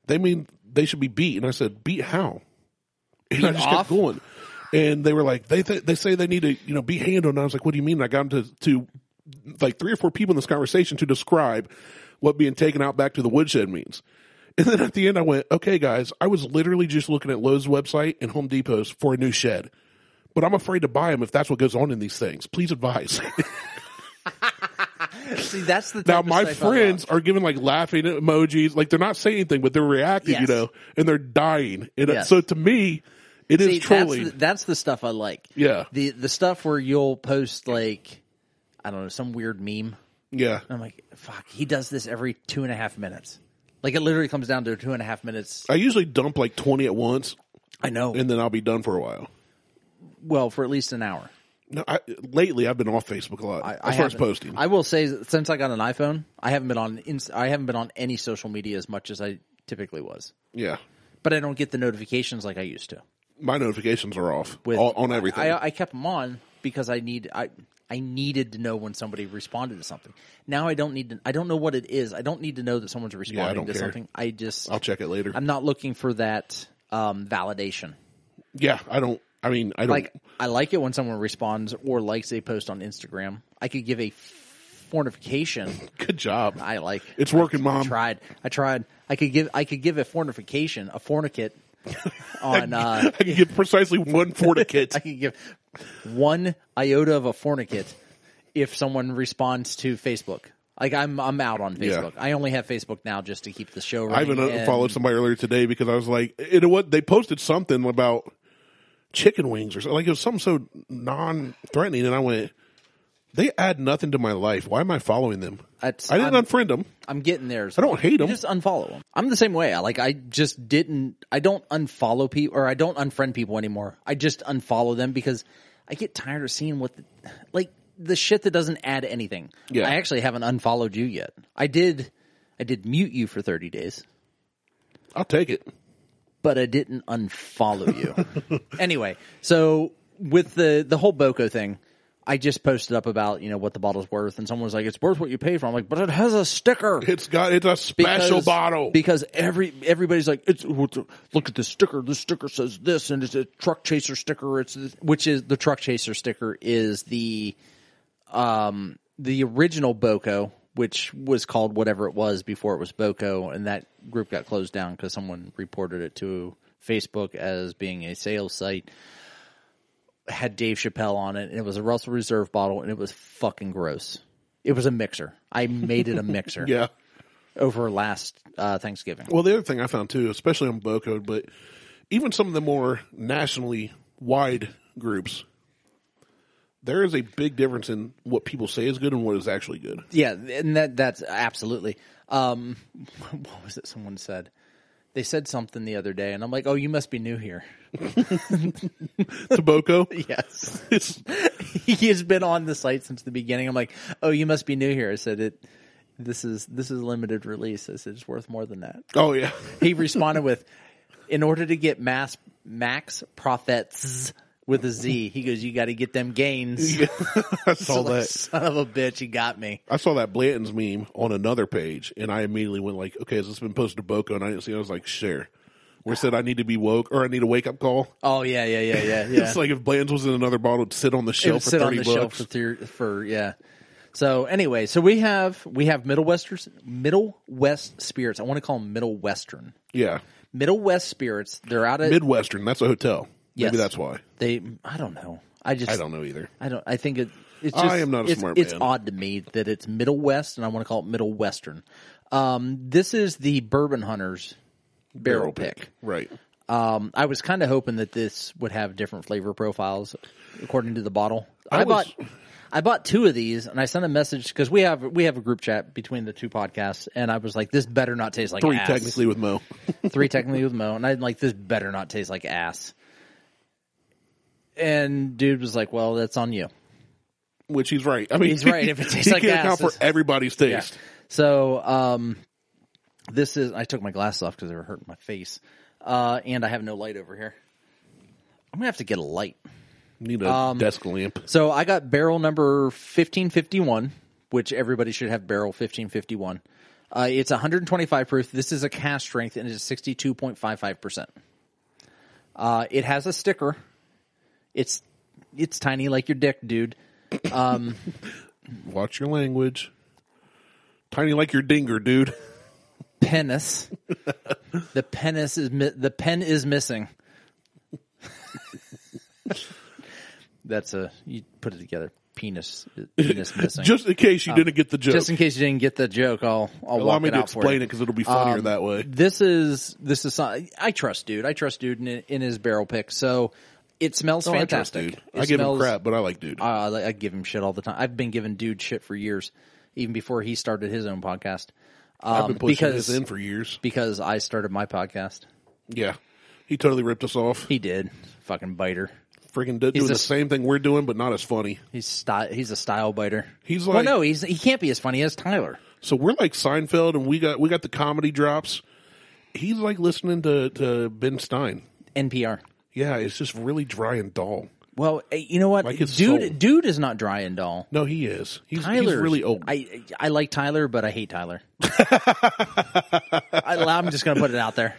S1: "They mean they should be beat." And I said, "Beat how?" And I
S2: Beat
S1: just
S2: off?
S1: kept going. And they were like, "They th- they say they need to you know be handled." And I was like, "What do you mean?" And I got them to to like three or four people in this conversation to describe what being taken out back to the woodshed means. And then at the end, I went, "Okay, guys, I was literally just looking at Lowe's website and Home Depot's for a new shed." But I'm afraid to buy them if that's what goes on in these things. Please advise.
S2: see, that's the type
S1: Now
S2: of
S1: my
S2: stuff I love.
S1: friends are giving like laughing emojis, like they're not saying anything, but they're reacting, you
S2: Yes.
S1: know, and they're dying. And uh,
S2: Yes.
S1: so to me, it is
S2: See,
S1: trolling.
S2: That's the, that's the stuff I like.
S1: Yeah.
S2: The the stuff where you'll post like I don't know some weird meme.
S1: yeah,
S2: I'm like, fuck. He does this every two and a half minutes. Like it literally comes down to two and a half minutes.
S1: I usually dump like twenty at once,
S2: I know.
S1: and then I'll be done for a while.
S2: well, for at least an hour.
S1: No, I, lately I've been off Facebook a lot
S2: I, I
S1: as far as
S2: haven't-
S1: posting.
S2: I will say that since I got an iPhone, I haven't been on. Inst- I haven't been on any social media as much as I typically was.
S1: yeah,
S2: But I don't get the notifications like I used to.
S1: my notifications are off
S2: with-
S1: all, on everything.
S2: I, I kept them on because I need I I needed to know when somebody responded to something. Now I don't need to. I don't know what it is. I don't need to know that someone's responding
S1: don't
S2: to
S1: care.
S2: something. I just
S1: I'll check it later.
S2: I'm not looking for that um, validation.
S1: yeah, I don't. I mean, I don't.
S2: Like I like it when someone responds or likes a post on Instagram. I could give a fortification.
S1: good job.
S2: I like
S1: it's working, mom.
S2: tried. I tried. I could give. I could give a fortification. A fornicate on. Uh,
S1: I can give precisely one fornicate.
S2: I can give one iota of a fornicate if someone responds to Facebook. Like I'm I'm out on
S1: Yeah.
S2: Facebook. I only have Facebook now just to keep the show.
S1: I even
S2: Running
S1: unfollowed somebody earlier today because I was like, you know what? They posted something about chicken wings or something. Like it was something so non-threatening, and I went, they add nothing to my life. Why am I following them?
S2: That's-
S1: I didn't
S2: I'm-
S1: unfriend them.
S2: I'm getting there.
S1: I don't hate them.
S2: Just unfollow them. I'm the same way. I like I just didn't. I don't unfollow people or I don't unfriend people anymore. I just unfollow them because I get tired of seeing what, the, like the shit that doesn't add anything.
S1: Yeah.
S2: I actually haven't unfollowed you yet. I did. I did mute you for 30 days,
S1: I'll take it.
S2: but I didn't unfollow you. anyway, so with the the whole Boco thing. I just posted up about you know what the bottle's worth, and someone was like, "It's worth what you pay for." I'm like, "But it has a sticker."
S1: It's got it's a special
S2: because-
S1: bottle.
S2: because every everybody's like it's look at the sticker the sticker says this and it's a truck chaser sticker it's this, which is the truck chaser sticker is the um the original boco which was called whatever it was before it was boco and that group got closed down cuz someone reported it to Facebook as being a sales site had Dave Chappelle on it, and it was a Russell Reserve bottle, and it was fucking gross. It was a mixer. I made it a mixer
S1: yeah.
S2: over last uh, Thanksgiving.
S1: Well, the other thing I found too, especially on Boco, but even some of the more nationally wide groups, there is a big difference in what people say is good and what is actually good.
S2: Yeah, and that that's absolutely. Um, what was it? Someone said they said something the other day, and I'm like, oh, you must be new here.
S1: To Boco,
S2: Yes,
S1: it's
S2: he has been on the site since the beginning. I'm like, oh, you must be new here. I said it. This is this is limited release. I said it's worth more than that.
S1: oh yeah,
S2: He responded with, in order to get mass max profits with a Z, he goes, you got to get them gains.
S1: I saw
S2: Like,
S1: that.
S2: Son of a bitch, he got me.
S1: I saw that Blanton's meme on another page, and I immediately went like, "Okay, has this been posted to Boco?" And I didn't see. it. I was like, "Share." Where it said I need to be woke or I need a wake up call.
S2: Oh yeah, yeah, yeah, yeah, yeah.
S1: It's like if Blanton's was in another bottle, it'd sit on the
S2: It
S1: shelf
S2: would
S1: for
S2: sit on
S1: thirty
S2: the shelf
S1: bucks.
S2: for, thir- for yeah. So anyway, so we have we have Middle Westers, Middle West spirits. I want to call them Middle Western,
S1: yeah,
S2: Middle West spirits. They're out of
S1: Midwestern. That's a hotel.
S2: Yes.
S1: Maybe that's why.
S2: they. I don't know. I just
S1: I don't know either.
S2: I don't. I think it. It's just,
S1: I am not a
S2: it's,
S1: smart
S2: It's
S1: man.
S2: odd to me that it's Middle West, and I want to call it Middle Western. Um, this is the Bourbon Hunters barrel, pick.
S1: Right.
S2: Um, I was kind of hoping that this would have different flavor profiles according to the bottle. I,
S1: I was-
S2: bought I bought two of these, and I sent a message because we have we have a group chat between the two podcasts, and I was like, "This better not taste like
S1: Three
S2: ass.
S1: technically with Mo.
S2: three technically with Mo," and I'm like, "This better not taste like ass." And dude was like, "Well, that's on you."
S1: Which he's right. I mean,
S2: He's right. If it tastes
S1: he
S2: like
S1: can't
S2: ass,
S1: account for
S2: it's-
S1: everybody's taste.
S2: So um, this is I took my glasses off because they were hurting my face, uh, and I have no light over here. I'm gonna have to get a light.
S1: Need a
S2: Um,
S1: desk lamp.
S2: So I got barrel number 1551, which everybody should have barrel 1551. Uh, it's 125 proof. This is a cast strength and it's 62.55%. Uh, it has a sticker. It's it's tiny like your dick, dude.
S1: Watch your language. Tiny like your dinger, dude.
S2: Penis. the penis is mi- the pen is missing. That's a you put it together. Penis penis missing.
S1: Just in case you didn't get the joke.
S2: Um, Just in case you didn't get the joke, I'll I'll
S1: Allow
S2: walk
S1: me
S2: it
S1: to
S2: out for you. Um,
S1: explain it because it'll be funnier that way.
S2: This is this is some- I trust dude. I trust dude in, in his barrel pick. So it smells
S1: Oh, I trust
S2: fantastic.
S1: dude.
S2: It
S1: I give him
S2: smells-
S1: crap, but I like dude.
S2: Uh, like, I give him shit all the time. I've been giving dude shit for years, even before he started his own podcast. Um,
S1: I've been pushing
S2: because
S1: this in for years.
S2: because I started my podcast.
S1: Yeah. He totally ripped us off.
S2: He did fucking biter.
S1: Freaking did, doing
S2: a-
S1: the same thing we're doing, but not as funny.
S2: He's sty- he's a style biter.
S1: He's
S2: well,
S1: like-
S2: no, he's he can't be as funny as Tyler.
S1: So we're like Seinfeld, and we got we got the comedy drops. He's like listening to, to Ben Stein.
S2: NPR.
S1: Yeah, it's just really dry and dull.
S2: Well, eh, you know what,
S1: Like his
S2: dude?
S1: soul.
S2: Dude is not dry and dull.
S1: No, he is. He's, he's
S2: Tyler's-
S1: really old.
S2: I I like Tyler, but I hate Tyler. I, I'm just gonna put it out there.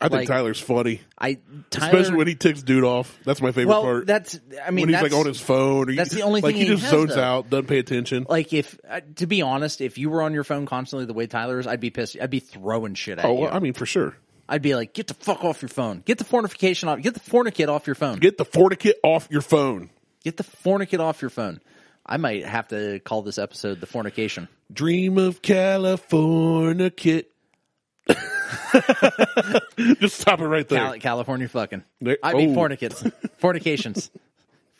S1: I think
S2: like-
S1: Tyler's funny,
S2: I Tyler.
S1: especially when he ticks dude off. That's my favorite
S2: well,
S1: part.
S2: that's I mean
S1: when he's
S2: that's,
S1: like on his phone. Or
S2: that's
S1: he-
S2: the only
S1: like
S2: thing
S1: he
S2: he
S1: just
S2: has,
S1: zones
S2: though.
S1: out, doesn't pay attention.
S2: like if uh, to be honest, if you were on your phone constantly the way Tyler is, I'd be pissed. I'd be throwing shit at
S1: oh,
S2: you.
S1: well, I mean, for sure.
S2: I'd be like, get the fuck off your phone. Get the fornication off. Get the fornicate off your phone.
S1: Get the fornicate off your phone.
S2: Get the fornicate off your phone. I might have to call this episode the fornication.
S1: Dream of California kit. Just stop it right there.
S2: Cal- California fucking.
S1: There-
S2: I mean
S1: oh.
S2: fornicates, fornications,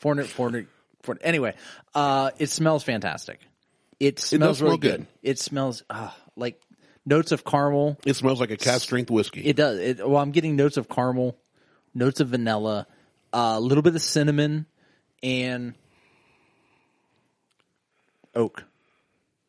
S2: fornic, fornic, fornic. Anyway, uh, it smells fantastic. It smells
S1: does smell
S2: really good.
S1: good.
S2: It smells uh, like notes of caramel.
S1: it smells like a cat strength whiskey.
S2: It does. It, well, I'm getting notes of caramel, notes of vanilla, a little bit of cinnamon, and oak.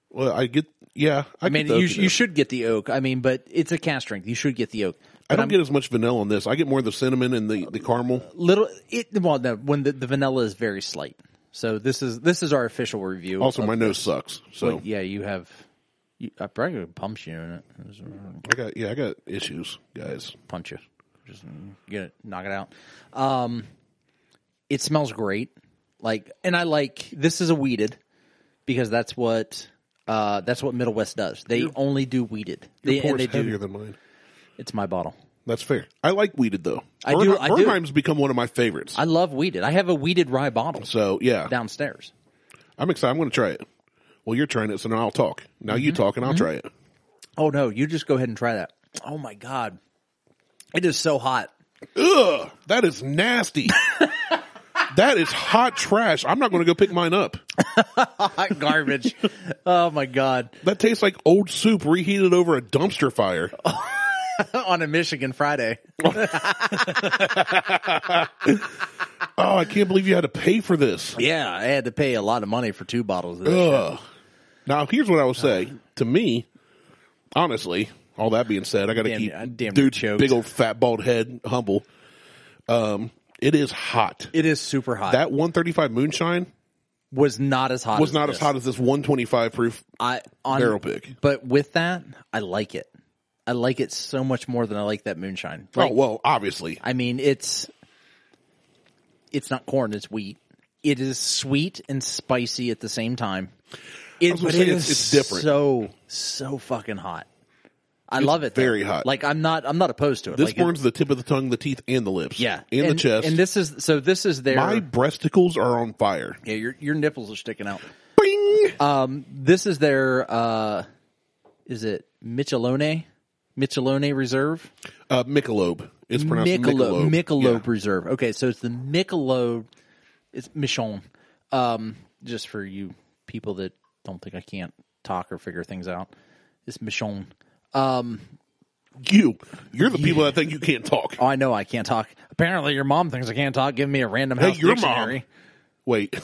S1: well, I get. Yeah, I,
S2: I mean,
S1: get those,
S2: you
S1: yeah.
S2: you should get the oak. I mean, but it's a cast strength. You should get the oak.
S1: I don't get as much vanilla on this. I get more of the cinnamon and
S2: Uh,
S1: the, the caramel.
S2: little it well no when the, the vanilla is very slight so this is this is our official review
S1: Also, my nose sucks. So
S2: yeah you have you, i probably would punch you in it It was-
S1: I got yeah, I got issues, guys.
S2: punch you just get it knock it out um it smells great like and i like this is a weeded because that's what uh that's what middle west does they only do weeded they,
S1: Your
S2: and
S1: pore's
S2: they
S1: heavier
S2: do
S1: than mine.
S2: it's my bottle
S1: That's fair. I like weeded though.
S2: I do-
S1: Bernheim-
S2: I do.
S1: Bernheim's become one of my favorites.
S2: i love weeded i have a weeded rye bottle
S1: so yeah,
S2: downstairs
S1: I'm excited. I'm going to try it. Well, you're trying it, so now I'll talk. Now you
S2: Mm-hmm.
S1: talk, and I'll try it.
S2: Oh no, you just go ahead and try that. Oh my god. It is so hot.
S1: Ugh, that is nasty. that is hot trash. I'm not going to go pick mine up.
S2: Hot garbage. oh my god.
S1: That tastes like old soup reheated over a dumpster fire.
S2: On a Michigan Friday.
S1: Oh, I can't believe you had to pay for this.
S2: Yeah, I had to pay a lot of money for two bottles of this.
S1: Ugh. Now, here's what I will say. To me, honestly, all that being said, I got to
S2: Damn,
S1: keep
S2: I damn near
S1: dude's
S2: choked.
S1: big old fat bald head humble. Um, it is hot.
S2: It is super hot.
S1: That 135 moonshine
S2: was not as hot
S1: was
S2: as
S1: not
S2: this.
S1: as hot as this 125 proof Oh,
S2: I on
S1: barrel pick.
S2: But with that, I like it. I like it so much more than I like that moonshine. Like,
S1: oh well, obviously.
S2: I mean, it's it's not corn, it's wheat. It is sweet and spicy at the same time. It,
S1: was gonna
S2: but
S1: say,
S2: it
S1: it's-
S2: is
S1: it's different.
S2: So so fucking hot. I love it. though.
S1: very hot.
S2: Like I'm not I'm not opposed to it.
S1: This
S2: like, it-
S1: burns the tip of the tongue, the teeth, and the lips.
S2: yeah,
S1: and, the chest.
S2: And this is so this is their
S1: My breasticles are on fire.
S2: yeah your your nipples are sticking out.
S1: Bing.
S2: Um, this is their uh, is it Michelone Michelone Reserve.
S1: Uh, Michelob. It's pronounced Michelob.
S2: Michelob, Michelob Reserve. Okay, so it's the Michelob. It's Michon. Um, just for you people that don't think I can't talk or figure things out, it's Michon.
S1: Yeah. You, you're the people that think you can't talk.
S2: Oh, I know I can't talk. Apparently, your mom thinks I can't talk. Give me a random
S1: Hey,
S2: house
S1: your mom.
S2: dictionary.
S1: Wait.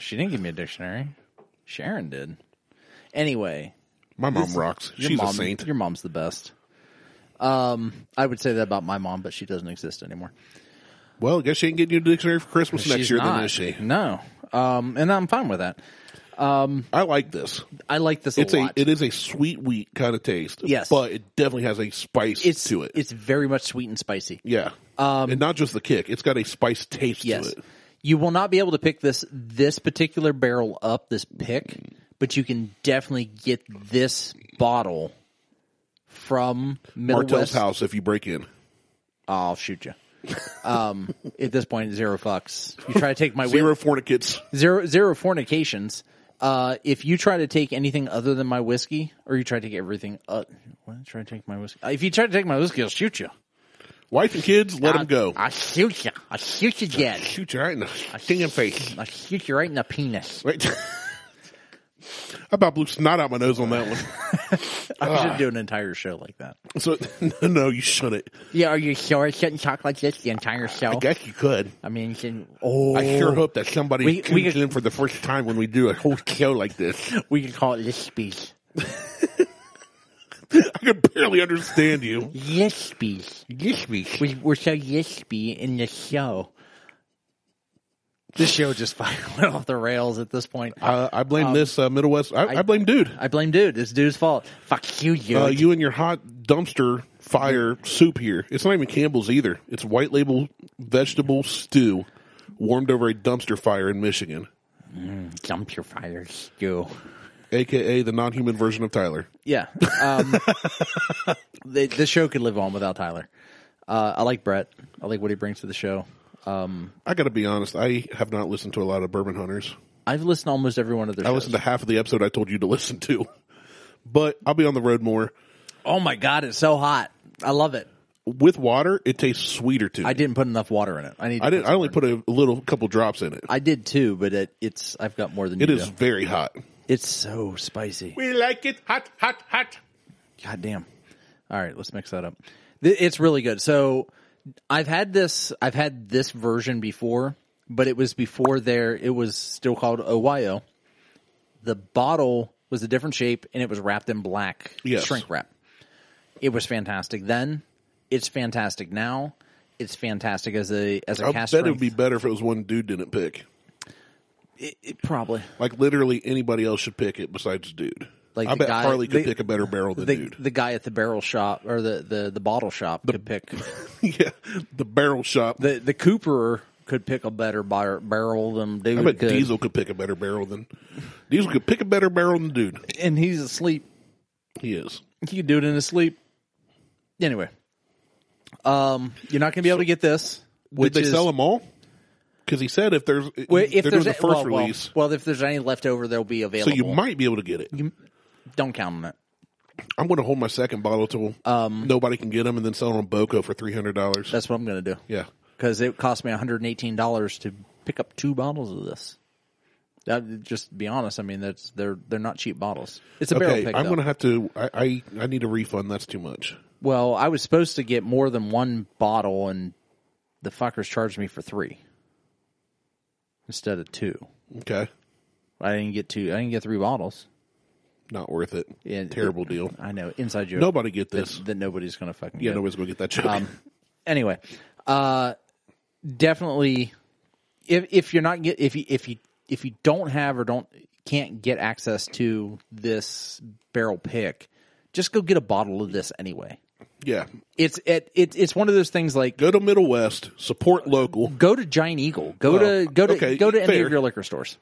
S2: She didn't give me a dictionary. Sharon did. Anyway,
S1: My mom rocks.
S2: your
S1: She's
S2: mom,
S1: a saint.
S2: Your mom's the best. Um, I would say that about my mom, but she doesn't exist anymore.
S1: Well, I guess she ain't getting you a dictionary for Christmas next
S2: She's
S1: year,
S2: not.
S1: then is she?
S2: No. Um, and I'm fine with that.
S1: I like this.
S2: I like this
S1: It's
S2: a
S1: a
S2: lot.
S1: it is a sweet wheat kind of taste.
S2: Yes.
S1: but it definitely has a spice
S2: it's
S1: to it.
S2: It's very much sweet and spicy.
S1: yeah, um, and not just the kick. It's got a spice taste
S2: Yes,
S1: to it.
S2: you will not be able to pick this this particular barrel up this pick, but you can definitely get this bottle from Middle
S1: Martell's
S2: West.
S1: house. If you break in,
S2: I'll shoot you. Um, at this point, zero fucks. You try to take my
S1: zero fornicates.
S2: Whi- zero zero fornications. Uh, if you try to take anything other than my whiskey, or you try to take everything, uh, what? Try to take my whiskey. Uh, If you try to take my whiskey, I'll shoot you.
S1: Wife and kids, let them go.
S2: I'll shoot you. I'll shoot you dead.
S1: Shoot you right in the stinging face.
S2: I'll shoot you right in the penis.
S1: Wait. I about blew snot out my nose on that one.
S2: I should do an entire show like that.
S1: So no, no, you shouldn't.
S2: Yeah, are you sure I shouldn't talk like this the entire show? I,
S1: guess you could.
S2: mean, you can, oh,
S1: I sure hope that somebody
S2: We- we
S1: tunes
S2: could-
S1: in for the first time when we do a whole show like this.
S2: we can call it this speech.
S1: I can barely understand you.
S2: This speech.
S1: Yes, me.
S2: We, we're so yispy in this show. This show just fucking went off the rails at this point.
S1: Uh, I blame this uh, Middle West. I, I, blame dude.
S2: Um, I blame dude. It's dude's fault. Fuck you, dude.
S1: Uh, you and your hot dumpster fire soup here. It's not even Campbell's either. It's white label vegetable stew warmed over a dumpster fire in Michigan,
S2: Dump your fire stew.
S1: aka the non-human version of Tyler.
S2: Yeah. Um, the, the show could live on without Tyler. Uh, I like Brett. I like what he brings to the show. Um,
S1: I got to be honest. I have not listened to a lot of Bourbon Hunters.
S2: I've listened to almost every one of their
S1: I
S2: shows.
S1: listened to half of the episode I told you to listen to, but I'll be on the road more.
S2: oh my god, it's so hot. I love it.
S1: With water, it tastes sweeter to me.
S2: I didn't put enough water in it. I need.
S1: I didn't. I only put a little couple drops in it.
S2: I did too, but it, it's. I've got more than
S1: It
S2: you
S1: is
S2: do.
S1: very hot.
S2: It's so spicy.
S1: We like it hot, hot, hot.
S2: God damn. All right, let's mix that up. Th- It's really good. So I've had this I've had this version before, but it was before there it was still called Ohio. The bottle was a different shape and it was wrapped in black
S1: Yes.
S2: shrink wrap. It was fantastic then. It's fantastic now. It's fantastic as a as a
S1: I
S2: cast
S1: bet it would be
S2: strength.
S1: better if it was one dude didn't pick.
S2: It- it probably
S1: Like literally anybody else should pick it besides dude.
S2: Like
S1: I
S2: the
S1: bet
S2: guy-
S1: Harley could
S2: the-
S1: pick a better barrel than
S2: the,
S1: dude.
S2: the guy at the barrel shop or the the, the bottle shop could pick
S1: yeah, the barrel shop.
S2: the the Cooper could pick a better bar- barrel than dude
S1: I bet
S2: could,
S1: Diesel could pick a better barrel than Diesel could pick a better barrel than dude.
S2: and he's asleep.
S1: He is.
S2: He could do it in his sleep. Anyway, um, you're not going to be able to get this. Which
S1: Did they
S2: is,
S1: sell them all? Because he said if there's
S2: Well,
S1: they're
S2: if there's
S1: doing the
S2: a-
S1: first
S2: well, well,
S1: release,
S2: Well, if there's any left over, they'll be available.
S1: so you might be able to get it.
S2: don't count on it.
S1: I'm going to hold my second bottle till nobody can get them, and then sell them on Boco for three hundred dollars.
S2: Um, That's what I'm going to do.
S1: Yeah,
S2: because it cost me 118 dollars to pick up two bottles of this. That, just to be honest. I mean, that's they're they're not cheap bottles. It's a barrel
S1: okay.
S2: pick.
S1: I'm
S2: though.
S1: going to have to. I, I I need a refund. That's too much.
S2: Well, I was supposed to get more than one bottle, and the fuckers charged me for three instead of two.
S1: Okay,
S2: I didn't get two. I didn't get three bottles.
S1: not worth it.
S2: Yeah,
S1: Terrible deal.
S2: I know inside joke
S1: Nobody get this.
S2: that nobody's gonna fucking
S1: Yeah,
S2: get.
S1: nobody's going to get that joke.
S2: Um, Anyway, uh, definitely. If if you're not get if you if you if you don't have or don't can't get access to this barrel pick, just go get a bottle of this anyway.
S1: yeah,
S2: It's it, it it's one of those things like
S1: go to Middle West. Support local.
S2: go to Giant Eagle. Go
S1: Well,
S2: to go to
S1: okay,
S2: go to any
S1: fair.
S2: of your liquor stores.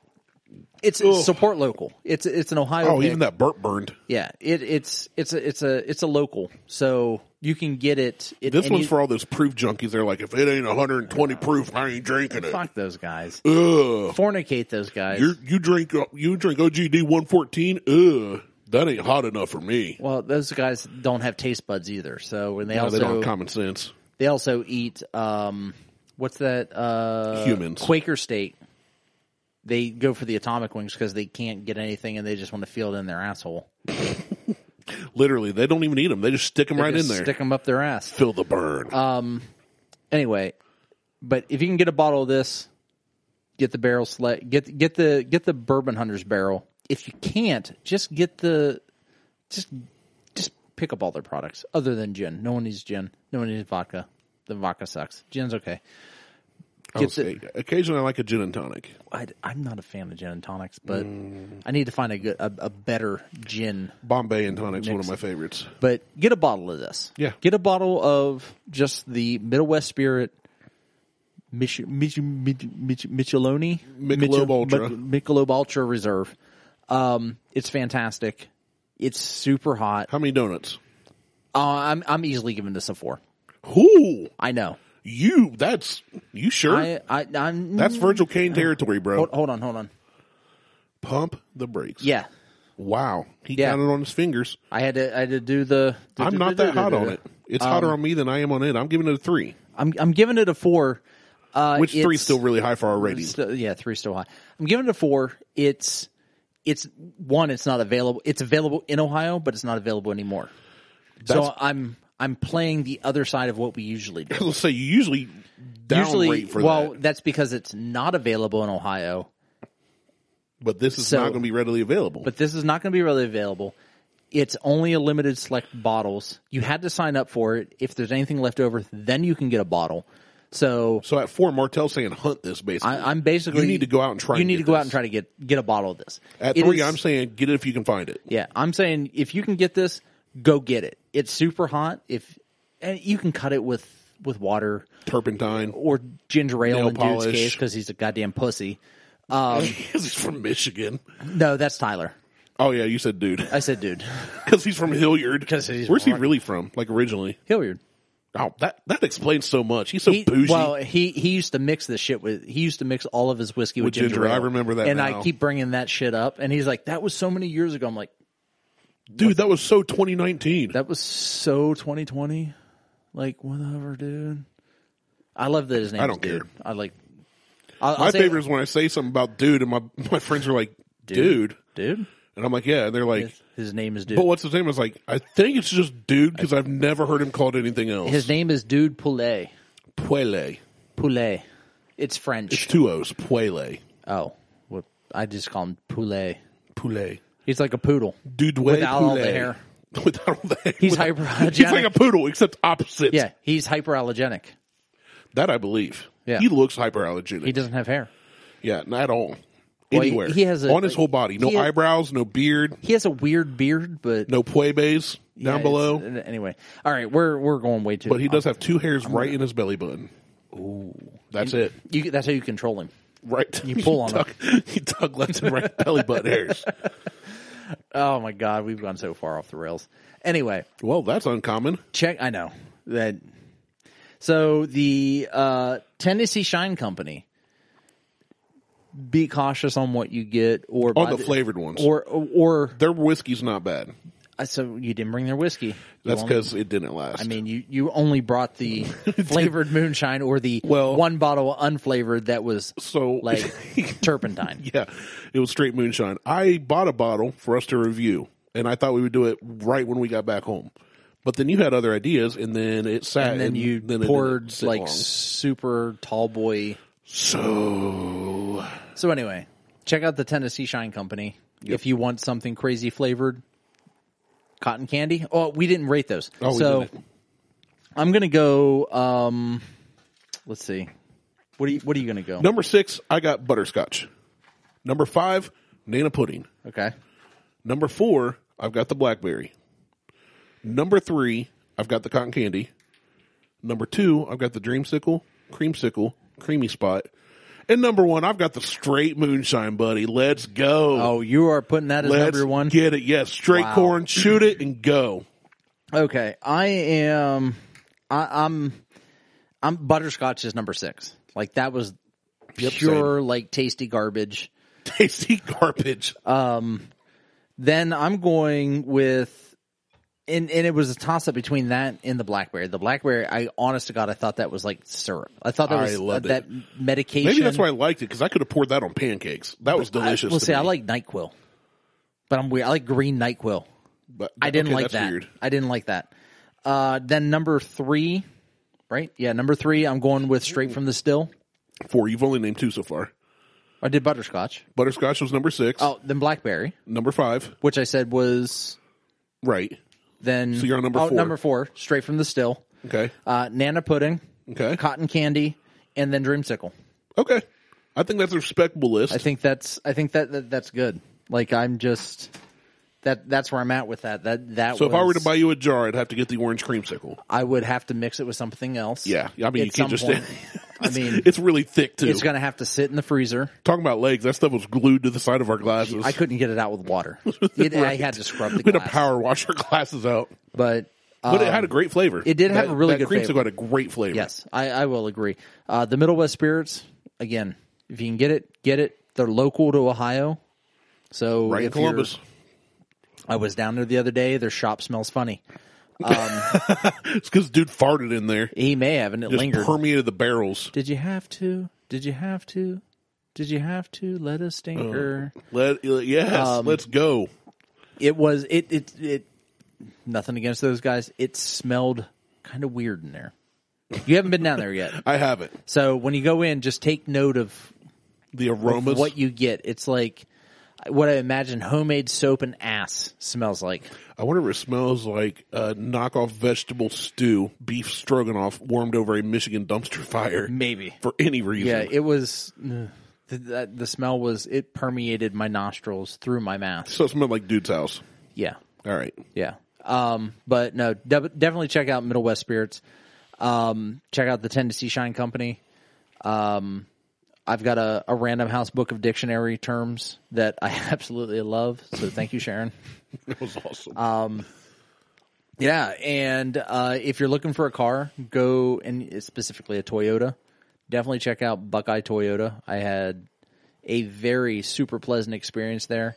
S2: It's
S1: Ugh.
S2: support local. It's it's an Ohio.
S1: Oh,
S2: pick.
S1: even that burnt burned.
S2: yeah. It it's it's a it's a it's a local, so you can get it. it
S1: This
S2: and
S1: one's
S2: you-
S1: for all those proof junkies. They're like, if it ain't 120 proof, I ain't drinking it.
S2: fuck those guys.
S1: Ugh.
S2: Fornicate those guys.
S1: You're, you drink uh, you drink OGD 114. Ugh, that ain't hot enough for me.
S2: well, those guys don't have taste buds either. So and they
S1: No, they don't
S2: also
S1: have
S2: they,
S1: common sense.
S2: also eat um what's that uh
S1: Humans.
S2: Quaker state. They go for the atomic wings because they can't get anything and they just want to feel it in their asshole.
S1: Literally, they don't even eat them. They just stick them right in
S2: Just
S1: there.
S2: Stick Uh, them up their ass.
S1: Feel the burn.
S2: anyway, but if you can get a bottle of this, get the barrel select, get get the get the bourbon hunter's barrel. If you can't, just get the just just pick up all their products other than gin. No one needs gin. No one needs vodka. The vodka sucks. Gin's okay.
S1: I'll
S2: get
S1: say, occasionally, I like a gin and tonic.
S2: I, am not a fan of gin and tonics, but I need to find a good a, a better gin.
S1: Bombay and tonic's one of my favorites.
S2: But get a bottle of this.
S1: Yeah.
S2: Get a bottle of just the Middle West Spirit Mich- Mich- Mich- Mich- Micheloni.
S1: Michelob
S2: Michel-
S1: Ultra.
S2: Mi- Michelob Ultra Reserve. Um, it's fantastic. It's super hot.
S1: How many donuts?
S2: Uh, I'm I'm easily giving this a four.
S1: Who
S2: I know.
S1: you? That's you sure?
S2: I, I I'm
S1: that's Virgil Kane territory, bro.
S2: hold, hold on, hold on.
S1: Pump the brakes.
S2: Yeah.
S1: Wow, he
S2: Yeah.
S1: got it on his fingers.
S2: I had to I had to do the
S1: I'm not that hot on it. It's hotter on me than I am on it. I'm giving it a three,
S2: I'm I'm giving it a four. Uh
S1: which three's
S2: it's-
S1: still really high for our rating.
S2: Still- yeah, three's still high. I'm giving it a four. It's it's one. It's not available. It's available in Ohio, but it's not available anymore. so
S1: That's-
S2: I'm I'm playing the other side of what we usually do.
S1: Let's say you usually downrate
S2: Usually,
S1: for
S2: well,
S1: that,
S2: that's because it's not available in Ohio.
S1: but this is
S2: so-
S1: not going to be readily available.
S2: But this is not going to be really available. It's only a limited select bottles. You had to sign up for it. If there's anything left over, then you can get a bottle. So
S1: so at four, Martell's saying hunt this basically.
S2: I, I'm basically
S1: You need to go out and try
S2: You
S1: and
S2: need
S1: get
S2: to go
S1: this.
S2: out and try to get get a bottle of this.
S1: at
S2: It
S1: three,
S2: is-
S1: I'm saying get it if you can find it.
S2: Yeah, I'm saying if you can get this, go get it. It's super hot. If and you can cut it with with water
S1: Turpentine.
S2: or ginger ale
S1: Nail
S2: in
S1: polish.
S2: dude's case because he's a goddamn pussy. Um,
S1: he's from Michigan.
S2: No, that's Tyler.
S1: Oh yeah, you said dude
S2: I said, dude,
S1: because he's from Hilliard.
S2: 'Cause he's
S1: Where's he
S2: from-
S1: really from? Like originally?
S2: Hilliard.
S1: Oh, that that explains so much. He's so
S2: He-
S1: bougie.
S2: Well, he he used to mix this shit with he used to mix all of his whiskey with,
S1: With ginger,
S2: ale.
S1: I remember that
S2: And
S1: now.
S2: I keep bringing that shit up, and he's like, "That was so many years ago." I'm like,
S1: Dude, that was so 2019.
S2: "That was so 2020." Like whatever, dude. I love that his name.
S1: I don't
S2: dude.
S1: care.
S2: I like. I'll,
S1: my
S2: I'll say-
S1: favorite is when I say something about dude, and my my friends are like, dude,
S2: dude.
S1: and I'm like, yeah, and they're like,
S2: His, his name is dude.
S1: but what's his name? I was like, I think it's just dude because I've never heard him called anything else.
S2: His name is Dude Poulet.
S1: Puele.
S2: Poulet. It's French.
S1: It's two O's. Puele.
S2: oh, what? I just call him Poulet.
S1: Poulet.
S2: He's like a poodle.
S1: Dude,
S2: Without all the hair.
S1: Without all the hair.
S2: He's
S1: Without-
S2: hyperallergenic.
S1: He's like a poodle, except opposite.
S2: Yeah, he's hyperallergenic.
S1: That I believe.
S2: Yeah.
S1: He looks hyperallergenic.
S2: He doesn't have hair.
S1: yeah, not at all.
S2: Well, he-
S1: Anywhere.
S2: he has a-
S1: On his whole body. No
S2: he has-
S1: eyebrows, no beard,
S2: He has a weird beard, but
S1: no puebes
S2: Yeah,
S1: down
S2: it's- uh,
S1: below.
S2: Anyway, all right, we're we're going way too.
S1: But he does have two hairs right in his belly button. Ooh. That's it.
S2: you, that's how you control him.
S1: Right. You
S2: pull on
S1: tuck, You tug left and right belly button hairs.
S2: Oh my god, we've gone so far off the rails. Anyway,
S1: Well, that's uncommon.
S2: check. I know that. So the uh, Tennessee Shine Company. Be cautious on what you get, or
S1: On
S2: buy
S1: the flavored ones.
S2: or or
S1: Their whiskey's not bad.
S2: uh, so you didn't bring their whiskey. You
S1: That's
S2: only-
S1: because it didn't last.
S2: I mean, you, you only brought the flavored moonshine or the
S1: Well-
S2: one bottle unflavored that was
S1: so
S2: like turpentine.
S1: Yeah, it was straight moonshine. I bought a bottle for us to review, and I thought we would do it right when we got back home. But then you had other ideas, and then it sat,
S2: and then you
S1: then it didn't
S2: poured
S1: sit
S2: like
S1: long.
S2: super tall boy.
S1: so.
S2: So anyway, check out the Tennessee Shine Company if you want something crazy flavored. Cotton candy. Oh, we didn't rate those.
S1: Oh, we
S2: so
S1: didn't.
S2: I'm gonna go. Um, let's see. What are you? What are you gonna go?
S1: Number six, I got butterscotch. Number five, Nana pudding.
S2: Okay.
S1: Number four, I've got the blackberry. Number three, I've got the cotton candy. Number two, I've got the dreamsicle, creamsicle, creamy spot. And number one, I've got the straight moonshine, buddy. Let's go.
S2: Oh, you are putting that as
S1: Let's
S2: number one.
S1: Get it? Yes, straight
S2: Wow.
S1: corn. Shoot it and go.
S2: Okay, I am. I, I'm. I'm butterscotch is number six. Like that was pure, like tasty garbage.
S1: Tasty garbage.
S2: Then I'm going with, and and it was a toss up between that and the blackberry. The blackberry, I honest to god, I thought that was like syrup. I thought that
S1: I
S2: was uh,
S1: loved
S2: that medication.
S1: Maybe that's why I liked it because I could have poured that on pancakes. That was delicious.
S2: uh, Well,
S1: to
S2: see, I
S1: me.
S2: like Nyquil, but I'm weird. I like green Nyquil.
S1: But,
S2: I didn't
S1: okay,
S2: like
S1: that's
S2: that.
S1: Weird.
S2: I didn't like that. Uh, then number three, right? Yeah, number three. I'm going with straight from the still.
S1: Four. You've only named two so far.
S2: I did butterscotch.
S1: Butterscotch was number six.
S2: Oh, then blackberry,
S1: Number five.
S2: which I said was
S1: Right.
S2: then. So
S1: you're on number
S2: oh,
S1: four.
S2: Number four, straight from the still.
S1: Okay.
S2: Uh, Nana pudding,
S1: Okay.
S2: cotton candy, and then dreamsicle.
S1: Okay. I think that's a respectable list.
S2: I think that's I think that, that that's good. Like I'm just that that's where I'm at with that. That that.
S1: so if I were to
S2: was-
S1: buy you a jar, I'd have to get the orange creamsicle.
S2: I would have to mix it with something else.
S1: Yeah. I mean,
S2: At
S1: you can't
S2: some
S1: just.
S2: point. I mean,
S1: it's really thick too.
S2: it's gonna have to sit in the freezer.
S1: Talking about legs, that stuff was glued to the side of our glasses.
S2: I couldn't get it out with water. It, I had to scrub the
S1: we had
S2: glass.
S1: to power wash our glasses out.
S2: but uh,
S1: But it had a great flavor.
S2: it did have
S1: That-
S2: a really
S1: that
S2: good
S1: creamsicle
S2: flavor.
S1: had a great flavor.
S2: Yes, I, I will agree. Uh, the Middle West Spirits, again, if you can get it, get it. They're local to Ohio. So
S1: right in
S2: if you're-
S1: Columbus.
S2: I was down there the other day. Their shop smells funny.
S1: It's because dude farted in there. It
S2: He may have, and it
S1: just
S2: lingered.
S1: permeated the barrels.
S2: Did you have to? Did you have to? Did you have to let us stinker?
S1: Let uh, yes,
S2: Um,
S1: let's go.
S2: It was it it it. Nothing against those guys. It smelled kind of weird in there. You haven't been down there yet,
S1: I have it.
S2: so when you go in, just take note of
S1: The aromas.
S2: what you get. It's like what I imagine homemade soap and ass smells like.
S1: I wonder if it smells like uh, knockoff vegetable stew, beef stroganoff warmed over a Michigan dumpster fire.
S2: Maybe.
S1: for any reason.
S2: Yeah, it was. ugh, The, the, the smell was it permeated my nostrils through my mask.
S1: so it smelled like dude's house.
S2: Yeah,
S1: All right,
S2: yeah. Um, but no, de- definitely check out Middle West Spirits. Um, check out the Tennessee Shine Company. Um, I've got a, a Random House book of dictionary terms that I absolutely love. So thank you, Sharon.
S1: that was awesome.
S2: Yeah, and uh, if you're looking for a car, go and specifically a Toyota. Definitely check out Buckeye Toyota. I had a very super pleasant experience there.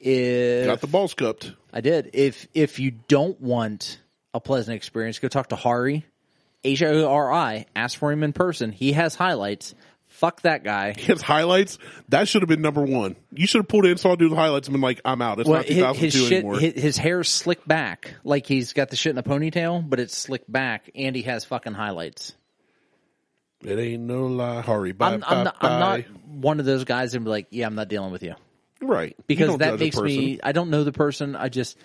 S2: If
S1: Got the balls cupped.
S2: I did, if if you don't want a pleasant experience, go talk to Hari, H A R I. Ask for him in person. He has highlights. Fuck that guy.
S1: His highlights, that should have been number one. You should have pulled in, saw dude the highlights, and been like, I'm out. It's
S2: Well,
S1: not
S2: his,
S1: 2002
S2: his shit,
S1: anymore.
S2: his, his hair's slicked back, like he's got the shit in a ponytail, but it's slicked back, and he has fucking highlights.
S1: it ain't no lie. Hurry. Bye,
S2: I'm,
S1: bye,
S2: I'm, not,
S1: bye.
S2: I'm not one of those guys and be like, yeah, I'm not dealing with you
S1: Right. You
S2: because
S1: don't
S2: that
S1: judge a
S2: makes me. I don't know the person. I just,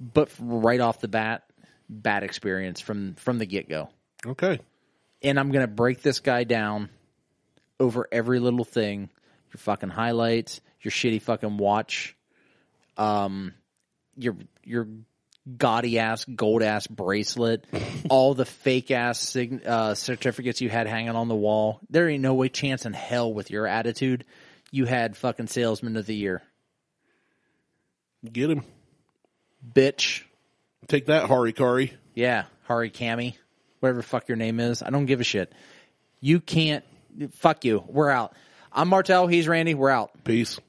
S2: but right off the bat, bad experience from from the get go,
S1: person. Okay.
S2: and I'm gonna break this guy down over every little thing. Your fucking highlights, your shitty fucking watch, um, your your gaudy ass gold ass bracelet, all the fake ass sign- uh, certificates you had hanging on the wall. There ain't no way, chance in hell, with your attitude, you had fucking salesman of the year,
S1: Get him.
S2: bitch.
S1: Take that, Hari Kari.
S2: Yeah, Hari Kami, whatever the fuck your name is. I don't give a shit. You can't. Fuck you. We're out. I'm Martel. He's Randy. We're out.
S1: Peace.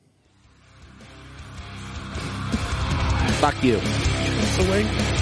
S2: Fuck you.
S1: Away.